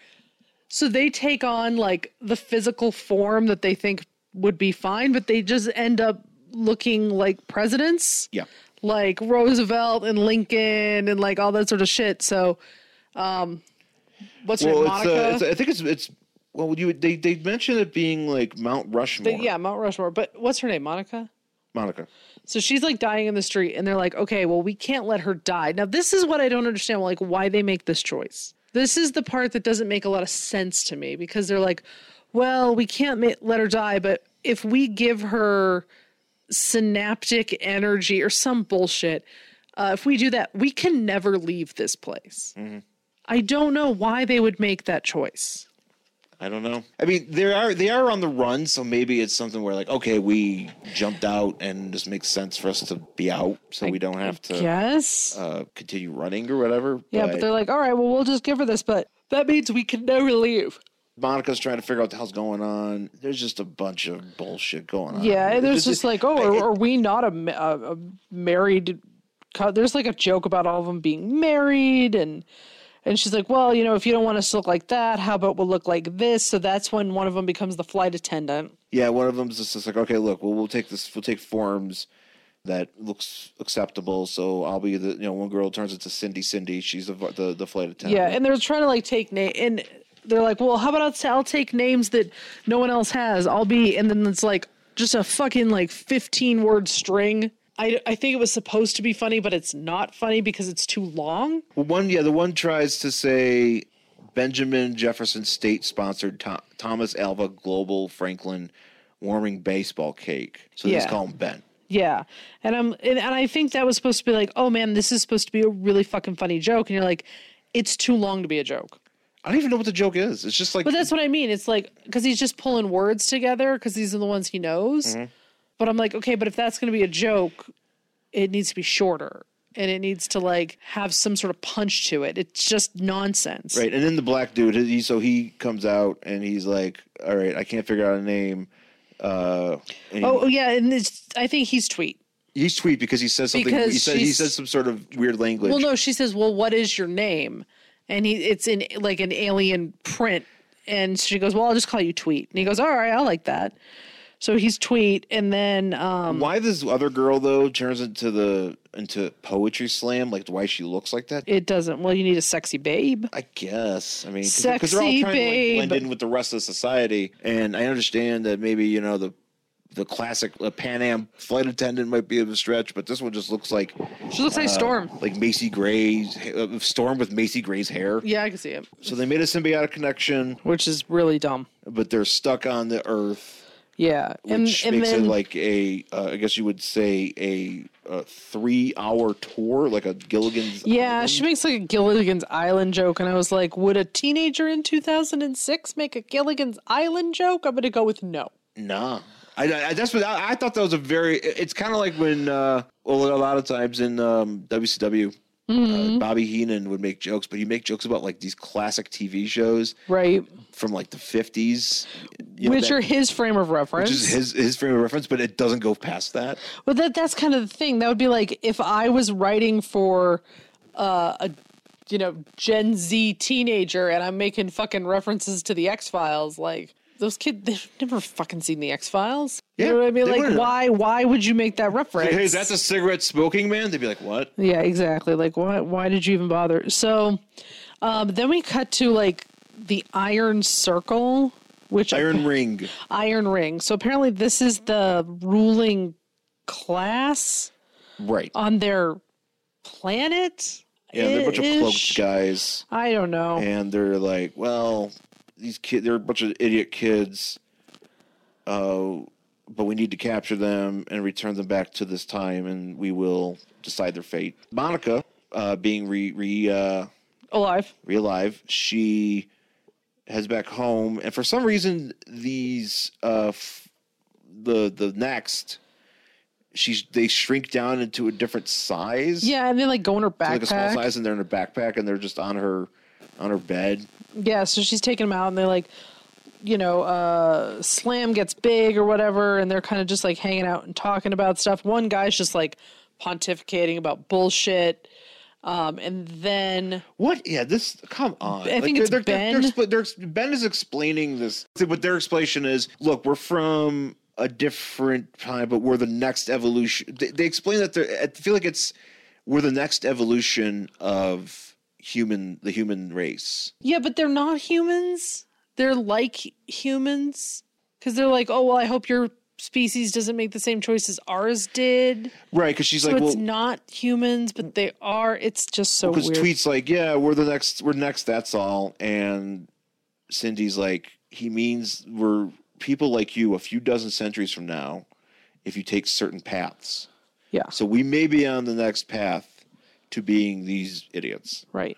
S1: So they take on like the physical form that they think would be fine, but they just end up looking like presidents.
S2: Yeah.
S1: like Roosevelt and Lincoln and like all that sort of shit. So, um, what's her
S2: Well,
S1: name?
S2: it's,
S1: Monica?
S2: uh, it's, I think it's, it's, well, you, they, they mentioned it being like Mount Rushmore.
S1: But yeah, Mount Rushmore. But what's her name? Monica.
S2: Monica.
S1: So she's like dying in the street, and they're like, okay, well, we can't let her die. Now, this is what I don't understand, like, why they make this choice. This is the part that doesn't make a lot of sense to me because they're like, well, we can't ma- let her die, but if we give her synaptic energy or some bullshit, uh, if we do that, we can never leave this place. I don't know why they would make that choice.
S2: I don't know. I mean, they are they are on the run, so maybe it's something where like, okay, we jumped out, and this makes sense for us to be out, so we don't have to
S1: Yes.
S2: uh, continue running or whatever.
S1: yeah, but they're like, all right, well, we'll just give her this, but that means we can never leave.
S2: Monica's trying to figure out what the hell's going on. There's just a bunch of bullshit going on.
S1: Yeah,
S2: It-
S1: there's
S2: it-
S1: just like, oh,
S2: I-
S1: are,
S2: it-
S1: are we not a, ma- a, a married? co- There's like a joke about all of them being married, and and she's like, well, you know, if you don't want us to look like that, how about we'll look like this? So that's when one of them becomes the flight attendant.
S2: yeah, one of them's just, just like, okay, look, well, we'll take this, we'll take forms that looks acceptable. So I'll be the, you know, one girl turns into Cindy. Cindy, she's the the, the flight attendant.
S1: Yeah, and they're trying to like take name, and they're like, well, how about I'll, t- I'll take names that no one else has. I'll be, and then it's like just a fucking like 15 word string. I, I think it was supposed to be funny, but it's not funny because it's too long.
S2: Well, one, yeah, the one tries to say Benjamin Jefferson State sponsored Tho- Thomas Alva Global Franklin warming baseball cake. So they just
S1: Yeah.
S2: call him Ben.
S1: Yeah. And I'm and, and I think that was supposed to be like, oh man, this is supposed to be a really fucking funny joke. And you're like, it's too long to be a joke.
S2: I don't even know what the joke is. It's just like
S1: But that's what I mean. It's like because he's just pulling words together because these are the ones he knows. But I'm like, okay, but if that's gonna be a joke, it needs to be shorter. And it needs to like have some sort of punch to it. It's just nonsense.
S2: right. And then the black dude, he, so he comes out and he's like, "All right, I can't figure out a name." Uh, and he-
S1: Oh oh, yeah, and it's, I think he's tweet.
S2: he's tweet because he says something.
S1: Because
S2: He says he
S1: she's-
S2: says some sort of weird language.
S1: Well, no, she says, "Well, what is your name?" And he, it's in like an alien print, and she goes, "Well, I'll just call you Tweet." And he goes, "All right, I like that." So he's Tweet, and then um,
S2: Why this other girl though turns into the into poetry slam? Like why she looks like that?
S1: it doesn't. Well, you need a sexy babe.
S2: I guess. I mean, because they're all
S1: Sexy
S2: trying to like, blend
S1: babe.
S2: in with the rest of society, and I understand that maybe you know the the classic uh, Pan Am flight attendant might be of a stretch, but this one just looks like
S1: She looks
S2: Uh,
S1: like Storm.
S2: like Macy Gray's uh, Storm with Macy Gray's hair.
S1: Yeah, I can see it,
S2: So they made a symbiotic connection,
S1: which is really dumb.
S2: but they're stuck on the Earth,
S1: Yeah, and
S2: which
S1: and
S2: makes
S1: then
S2: it like a uh, I guess you would say a, a three hour tour, like a Gilligan's.
S1: yeah, she makes like a Gilligan's Island joke, and I was like, would a teenager in 2006 make a Gilligan's Island joke? I'm gonna go with no.
S2: Nah. I, I that's what I, I thought that was a very. it- It's kind of like when uh, well a lot of times in um, WCW,
S1: Mm-hmm.
S2: uh, Bobby Heenan would make jokes, but he make jokes about like these classic TV shows
S1: Right,
S2: from like the fifties,
S1: which are his frame of reference.
S2: which is his his frame of reference, but it doesn't go past that.
S1: Well, that that's kind of the thing. That would be like if I was writing for uh, a you know Gen Z teenager and I'm making fucking references to the X Files, like those kids they've never fucking seen the X Files.
S2: Yeah,
S1: you know what I mean?
S2: they
S1: Like
S2: wouldn't.
S1: why why would you make that reference?
S2: Hey, is that the cigarette smoking man? They'd be like, what?
S1: Yeah, exactly. Like, why? Why did you even bother? So, um, then we cut to like the Iron Circle, which
S2: Iron Ring.
S1: Iron Ring. So apparently, this is the ruling class
S2: Right.
S1: on their planet.
S2: Yeah, they're a bunch of
S1: ish?
S2: cloaked guys.
S1: I don't know.
S2: and they're like, "Well, these kids, they're a bunch of idiot kids, uh, but we need to capture them and return them back to this time, and we will decide their fate." Monica, uh, being re re uh,
S1: Alive.
S2: re alive, she heads back home, and for some reason, these uh, f- the the next she's they shrink down into a different size.
S1: Yeah, and then like go in her
S2: To,
S1: backpack.
S2: Like a small size, and they're in her backpack, and they're just on her, on her bed.
S1: Yeah, so she's taking them out, and they like, you know, uh, Slam gets big or whatever, and they're kind of just like hanging out and talking about stuff. One guy's just like pontificating about bullshit, um, and then
S2: What? Yeah, this. Come on.
S1: I think
S2: they're,
S1: it's
S2: they're, They're,
S1: Ben.
S2: expl- they're ex- ben is explaining this, but their explanation is: look, we're from a different time, but we're the next evolution. They, they explain that they're. I feel like it's we're the next evolution of human, the human race.
S1: yeah, but they're not humans. They're like humans because they're like, oh well, I hope your species doesn't make the same choices ours did.
S2: Right? Because she's
S1: So
S2: like,
S1: it's
S2: well,
S1: not humans, but they are. It's just so
S2: because
S1: weird.
S2: tweets like, yeah, we're the next, we're next. That's all. And Cindy's like, he means we're people like you a few dozen centuries from now, if you take certain paths.
S1: yeah,
S2: So we may be on the next path to being these idiots,
S1: right.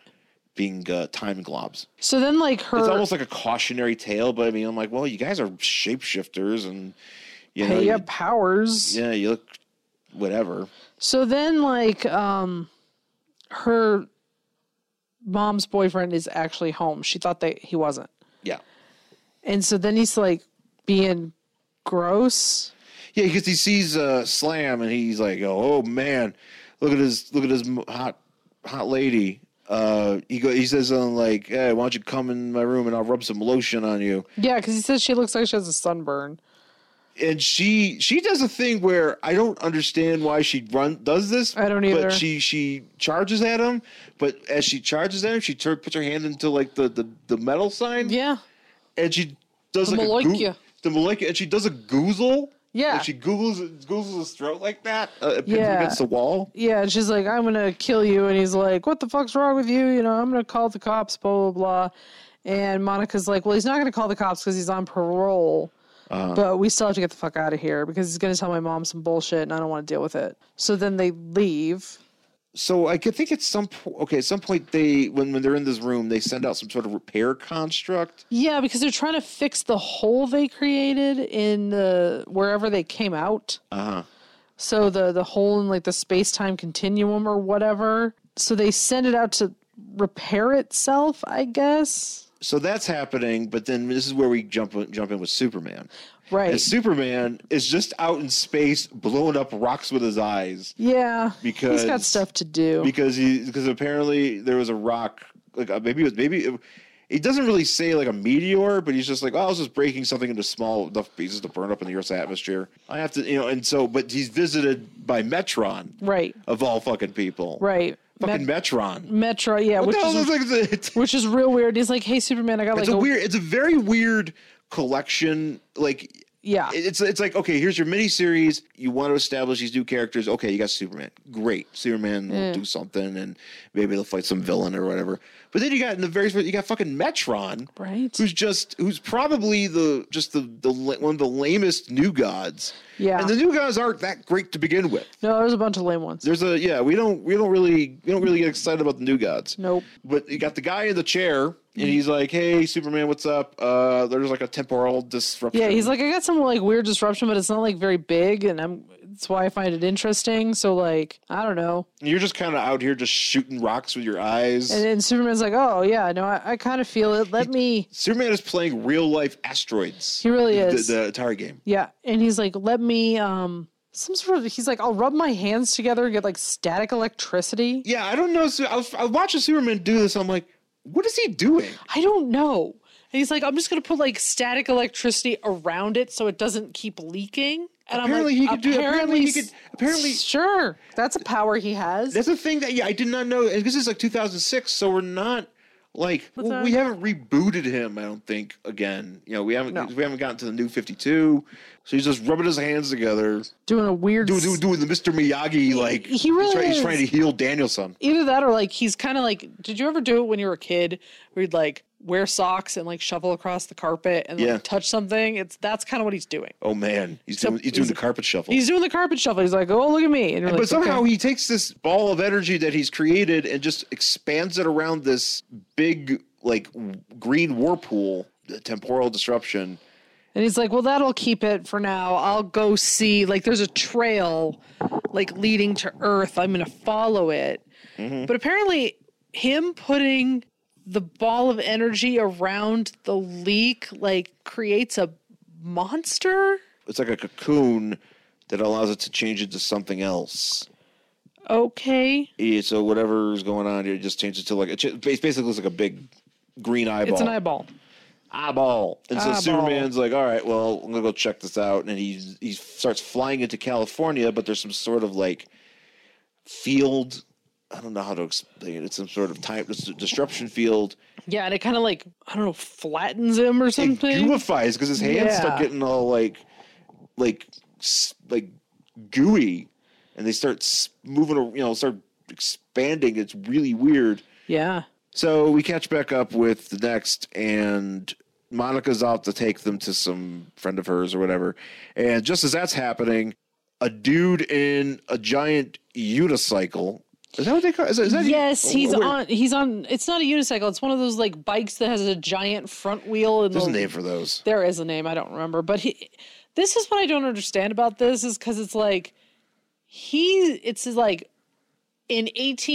S2: being uh, time globs.
S1: So then, like her,
S2: It's almost like a cautionary tale, but I mean, I'm like, well, you guys are shapeshifters, and you know,
S1: pay
S2: you-
S1: up powers.
S2: yeah, you look whatever.
S1: So then like um her mom's boyfriend is actually home. She thought that he wasn't.
S2: Yeah,
S1: And so then he's like being gross.
S2: yeah, because he sees uh, Slam, and he's like, oh, oh, man, look at his look at his m- hot hot lady. Uh, he go, he says something like, hey, why don't you come in my room and I'll rub some lotion on you.
S1: Yeah, cuz he says she looks like she has a sunburn.
S2: and she she does a thing where I don't understand why she run does this.
S1: I don't either.
S2: But she she charges at him, but as she charges at him, she tur puts her hand into like the the, the metal sign,
S1: Yeah.
S2: and she does
S1: The
S2: like a goo-
S1: Maloikia.
S2: the Maloikia, and she does a goozle.
S1: Yeah.
S2: and she googles goozles his throat like that, uh, it pins him
S1: Yeah.
S2: against the wall.
S1: Yeah, and she's like I'm going to kill you and he's like what the fuck's wrong with you? You know, I'm going to call the cops blah blah blah. And Monica's like, "Well, he's not going to call the cops cuz he's on parole." But we still have to get the fuck out of here because he's going to tell my mom some bullshit and I don't want to deal with it. So then they leave.
S2: So I could think at some point, okay, at some point they when when they're in this room, they send out some sort of repair construct.
S1: Yeah, because they're trying to fix the hole they created in the wherever they came out.
S2: Uh huh.
S1: So the the hole in like the space time continuum or whatever. So they send it out to repair itself, I guess.
S2: So that's happening, but then this is where we jump jump in with Superman.
S1: Right.
S2: And Superman is just out in space blowing up rocks with his eyes
S1: yeah.
S2: because-
S1: he's got stuff to do.
S2: because he because apparently there was a rock like uh, maybe it was maybe it, he doesn't really say like a meteor, but he's just like, oh, I was just breaking something into small enough pieces to burn up in the Earth's atmosphere. I have to, you know, and so, but he's visited by Metron
S1: right.
S2: of all fucking people,
S1: Right.
S2: Fucking
S1: Met-
S2: Metron.
S1: Metro, yeah,
S2: What
S1: which
S2: the hell
S1: is
S2: is like? It's,
S1: which is real weird. He's like, "Hey Superman, I got
S2: it's
S1: like
S2: a weird. It's a very weird collection. Like
S1: yeah.
S2: It- it's it's like okay, here's your mini series. You want to establish these new characters. Okay, you got Superman. Great, Superman will do something, and maybe they'll fight some villain or whatever. But then you got in the very you got fucking Metron,
S1: Right.
S2: Who's just who's probably the just the the la- one of the lamest new gods.
S1: Yeah.
S2: and the new gods aren't that great to begin with.
S1: No, there's a bunch of lame ones.
S2: There's a yeah, we don't we don't really we don't really get excited about the new gods.
S1: Nope.
S2: But you got the guy in the chair, and he's like, "Hey, Superman, what's up?" Uh, there's like a temporal disruption.
S1: Yeah, he's like, I got some like weird disruption, but it's not like very big, and I'm. That's why I find it interesting. So like, I don't know.
S2: You're just kind of out here just shooting rocks with your eyes.
S1: And then Superman's like, oh yeah, no, I, I kind of feel it. Let me.
S2: Superman is playing real life asteroids.
S1: He really
S2: The-
S1: is.
S2: The, Atari game.
S1: Yeah, and he's like, let me. Um, some sort of. He's like, I'll rub my hands together and get like static electricity.
S2: Yeah, I don't know. Su- I was- I watch a Superman do this. I'm like, what is he doing?
S1: I don't know. And he's like, I'm just gonna put like static electricity around it so it doesn't keep leaking. And
S2: Apparently
S1: I'm
S2: he
S1: like,
S2: could do- apparently he
S1: s-
S2: could- apparently-
S1: sure, that's a power he has.
S2: That's the thing that yeah, I did not know. And this is like 2006, so we're not like
S1: What's
S2: well,
S1: that?
S2: we haven't rebooted him. I don't think again. You know, we haven't
S1: No.
S2: we haven't gotten to the new 52. So he's just rubbing his hands together,
S1: doing a weird.
S2: doing doing, doing the Mr. Miyagi like.
S1: he
S2: he's
S1: really
S2: try- he's
S1: is.
S2: trying to heal Danielson.
S1: either that or like he's kind of like did you ever do it when you were a kid where you'd like wear socks and like shovel across the carpet and
S2: Yeah.
S1: like touch something it's that's kind of what he's doing
S2: Oh man, he's
S1: So
S2: doing he's doing
S1: he's-
S2: the carpet shuffle.
S1: he's doing the carpet shovel he's like oh look at me and you're like,
S2: but somehow
S1: okay.
S2: he takes this ball of energy that he's created and just expands it around this big like w- green whirlpool the temporal disruption
S1: And he's like, well, that'll keep it for now. I'll go see. Like, there's a trail, like, leading to Earth. I'm going to follow it.
S2: Mm-hmm.
S1: But apparently, him putting the ball of energy around the leak, like, creates a monster.
S2: It's like a cocoon that allows it to change into something else.
S1: Okay.
S2: Yeah, so whatever's going on, it just changes to like it ch- basically looks like a big green eyeball.
S1: It's an eyeball.
S2: eyeball. And so
S1: Eyeball.
S2: Superman's like, all right, well, I'm gonna go check this out, and he he starts flying into California, but there's some sort of like field. I don't know how to explain it. It's some sort of time dis- disruption field.
S1: Yeah, and it kind of like I don't know, flattens him or
S2: It
S1: something.
S2: gooifies because his hands start
S1: Yeah.
S2: getting all like, like, s- like gooey, and they start s- moving. ar- You know, start expanding. It's really weird.
S1: Yeah,
S2: So we catch back up with the next, and Monica's out to take them to some friend of hers or whatever. And just as that's happening, a dude in a giant unicycle. Is that what they call? Is, is that Oh,
S1: yes, he's
S2: wait,
S1: on. He's on. It's not a unicycle. It's one of those like bikes that has a giant front wheel. And
S2: There's a
S1: the-
S2: name for those.
S1: There is a name. I don't remember. But he, this is what I don't understand about this is because it's like he. It's like in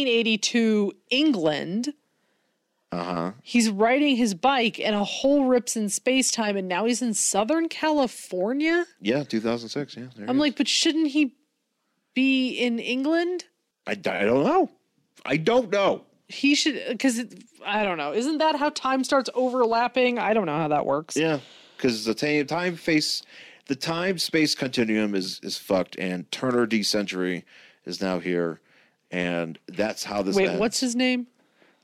S1: 1882 England.
S2: Uh huh.
S1: He's riding his bike and a hole rips in space time, and now he's in Southern California.
S2: Yeah, 2006. Yeah. there
S1: I'm
S2: it
S1: like, but shouldn't he be in England?
S2: is. I, I don't know. I don't know.
S1: he should because i don't know isn't that how time starts overlapping i don't know how that works
S2: Yeah, because the time time face, the time space continuum is is fucked, and Turner D Century is now here, and that's how this.
S1: wait
S2: ends.
S1: what's his name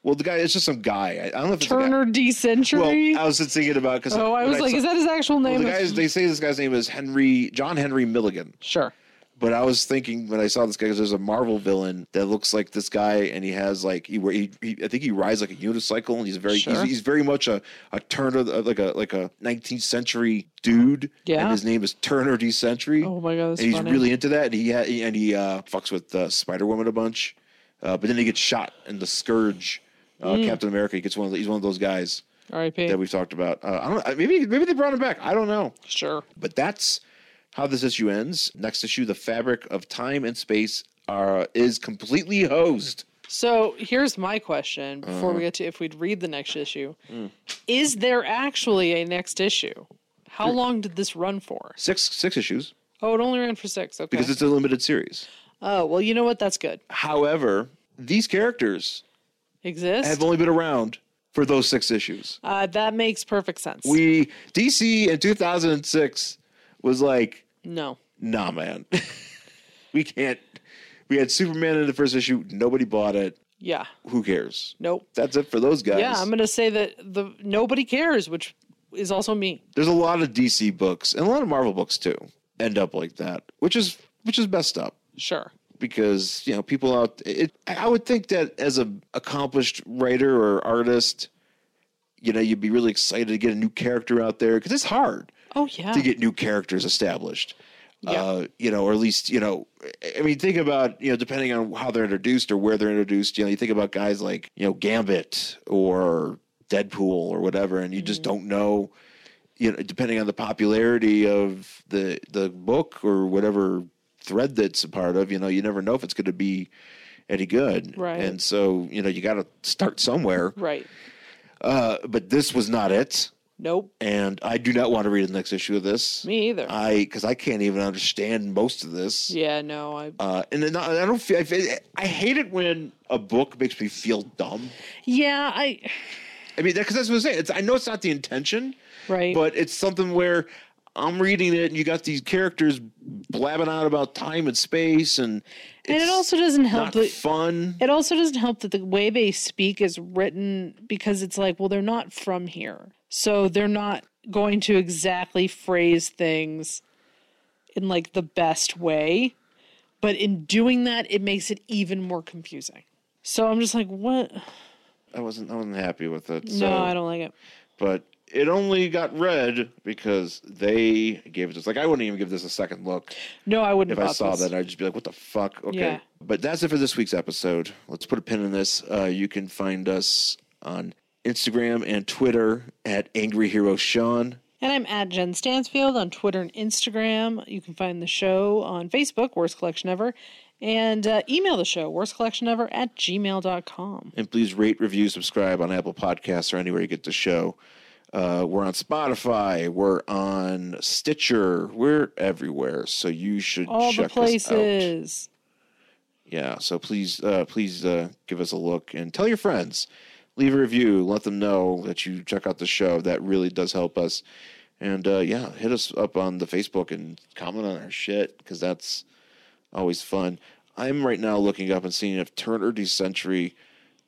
S2: Well, the guy, it's just some guy. I, I don't know if it's a guy.
S1: turner d century
S2: Well, I was just thinking about because.
S1: oh i was like is that his actual name
S2: the guys? They say this guy's name is Henry John Henry Milligan,
S1: sure
S2: but I was thinking when I saw this guy 'cause there's a Marvel villain that looks like this guy, and he has like he, he, he I think he rides like a unicycle, and he's very
S1: Sure.
S2: he's, he's very much a a Turner like a like a 19th century dude. and
S1: Yeah.
S2: his name is Turner D Century.
S1: oh my god that's
S2: And he's
S1: funny.
S2: really into that, and he ha- and he uh, fucks with uh, Spider Woman a bunch, uh, but then he gets shot in the Scourge. Uh,
S1: Mm.
S2: Captain America, he gets one. Of the, he's one of those guys that
S1: rip
S2: we've talked about. Uh, I don't. I- Maybe maybe they brought him back. I don't know.
S1: sure
S2: But that's how this issue ends. Next issue, the fabric of time and space are is completely hosed.
S1: so here's my question before
S2: Uh-huh.
S1: we get to if we'd read the next issue
S2: Mm.
S1: is there actually a next issue how long did this run for
S2: Six six issues
S1: oh it only ran for six okay
S2: because it's a limited series.
S1: oh well you know what that's good
S2: However, these characters
S1: exists
S2: have only been around for those six issues.
S1: uh, that makes perfect sense
S2: We DC in 2006 was like,
S1: no
S2: nah, man, we can't. We had Superman in the first issue. Nobody bought it.
S1: yeah
S2: Who cares?
S1: nope
S2: That's it for those guys.
S1: Yeah, I'm gonna say that the nobody cares, which is also me.
S2: there's a lot of DC books and a lot of Marvel books too end up like that, which is which is messed up
S1: Sure.
S2: because you know people out. It, I I would think that as a accomplished writer or artist, you know, you'd be really excited to get a new character out there because it's hard
S1: Oh yeah.
S2: to get new characters established. Uh, you know, or at least, you know, I mean, think about, you know, depending on how they're introduced or where they're introduced, you know, you think about guys like, you know, Gambit or Deadpool or whatever, and you just
S1: Mm-hmm.
S2: don't know, you know, depending on the popularity of the the book or whatever thread that's a part of, you know, you never know if it's going to be any good.
S1: Right. Mm-hmm.
S2: And so, you know, you got to start somewhere.
S1: right.
S2: Uh, but this was not it.
S1: Nope.
S2: And I do not want to read the next issue of this.
S1: Me either.
S2: I because I can't even understand most of this.
S1: yeah. No. I.
S2: Uh, and then I I don't feel. I, feel- I hate it when a book makes me feel dumb.
S1: Yeah. I.
S2: I mean, because that's what I'm saying. It's, I know it's not the intention,
S1: Right.
S2: but it's something where I'm reading it and you got these characters blabbing out about time and space, and it's
S1: and it also doesn't help
S2: not
S1: that
S2: fun.
S1: it also doesn't help that the way they speak is written because it's like, well, they're not from here, so they're not going to exactly phrase things in like the best way. But in doing that, it makes it even more confusing. So I'm just like, what?
S2: I wasn't. I wasn't happy with it. So.
S1: no, I don't like it.
S2: But it only got read because they gave it. Just like I wouldn't even give this a second look.
S1: No, I wouldn't.
S2: if
S1: have
S2: I
S1: bought
S2: saw
S1: this.
S2: that, I'd just be like, "What the fuck?" Okay.
S1: Yeah.
S2: But that's it for this week's episode. Let's put a pin in this. Uh, you can find us on Instagram and Twitter at Angry Hero Sean.
S1: And I'm at Jen Stansfield on Twitter and Instagram. You can find the show on Facebook, Worst Collection Ever, and uh, email the show, worstcollectionever at gmail.com.
S2: And please rate, review, subscribe on Apple Podcasts or anywhere you get the show. Uh, we're on Spotify. We're on Stitcher. We're everywhere. So you should
S1: All the
S2: check us out.
S1: places.
S2: Yeah. So please, uh, please uh, give us a look and tell your friends. Leave a review. Let them know that you check out the show. That really does help us. And uh, yeah, hit us up on the Facebook and comment on our shit because that's always fun. I'm right now looking up and seeing if Turner D Century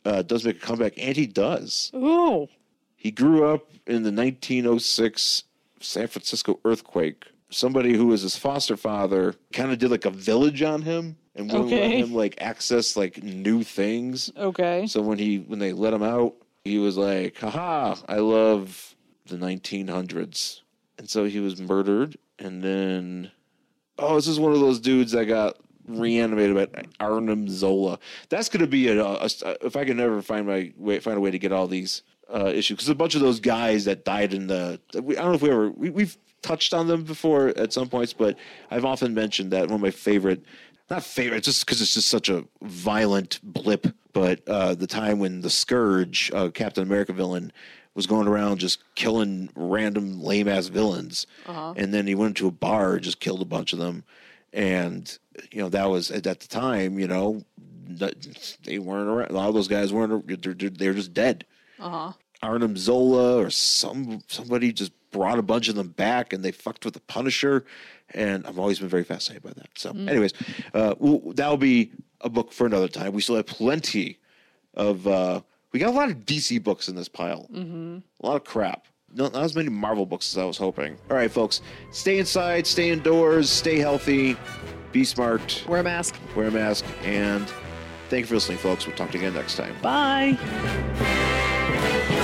S2: uh, does make a comeback, and he does.
S1: Ooh,
S2: He grew up in the 1906 San Francisco earthquake. Somebody who was his foster father kind of did like a village on him and wouldn't let
S1: Okay.
S2: him like access like new things.
S1: okay.
S2: So when he when they let him out, he was like, "Haha, I love the 1900s." And so he was murdered, and then oh, this is one of those dudes that got reanimated by Arnim Zola. That's gonna be a, a, if I can ever find my way find a way to get all these uh, issues because a bunch of those guys that died in the we, I don't know if we ever we, we've touched on them before at some points, but I've often mentioned that one of my favorite. Not favorite, just because it's just such a violent blip. But uh, the time when the Scourge, uh, Captain America villain, was going around just killing random lame ass villains, and then he went to a bar, just killed a bunch of them, and you know that was at at the time, you know, that- they weren't around. A lot of those guys weren't. They're, they're, they're just dead. Arnim Zola or some somebody just brought a bunch of them back and they fucked with the Punisher, and I've always been very fascinated by that. So, anyways, uh, we'll, that'll be a book for another time. We still have plenty of uh, we got a lot of DC books in this pile, mm-hmm. a lot of crap. Not, not as many Marvel books as I was hoping. All right, folks, stay inside, stay indoors, stay healthy, be smart,
S1: Wear a mask.
S2: wear a mask, and thank you for listening, folks. We'll talk to you again next time.
S1: Bye.
S2: Bye.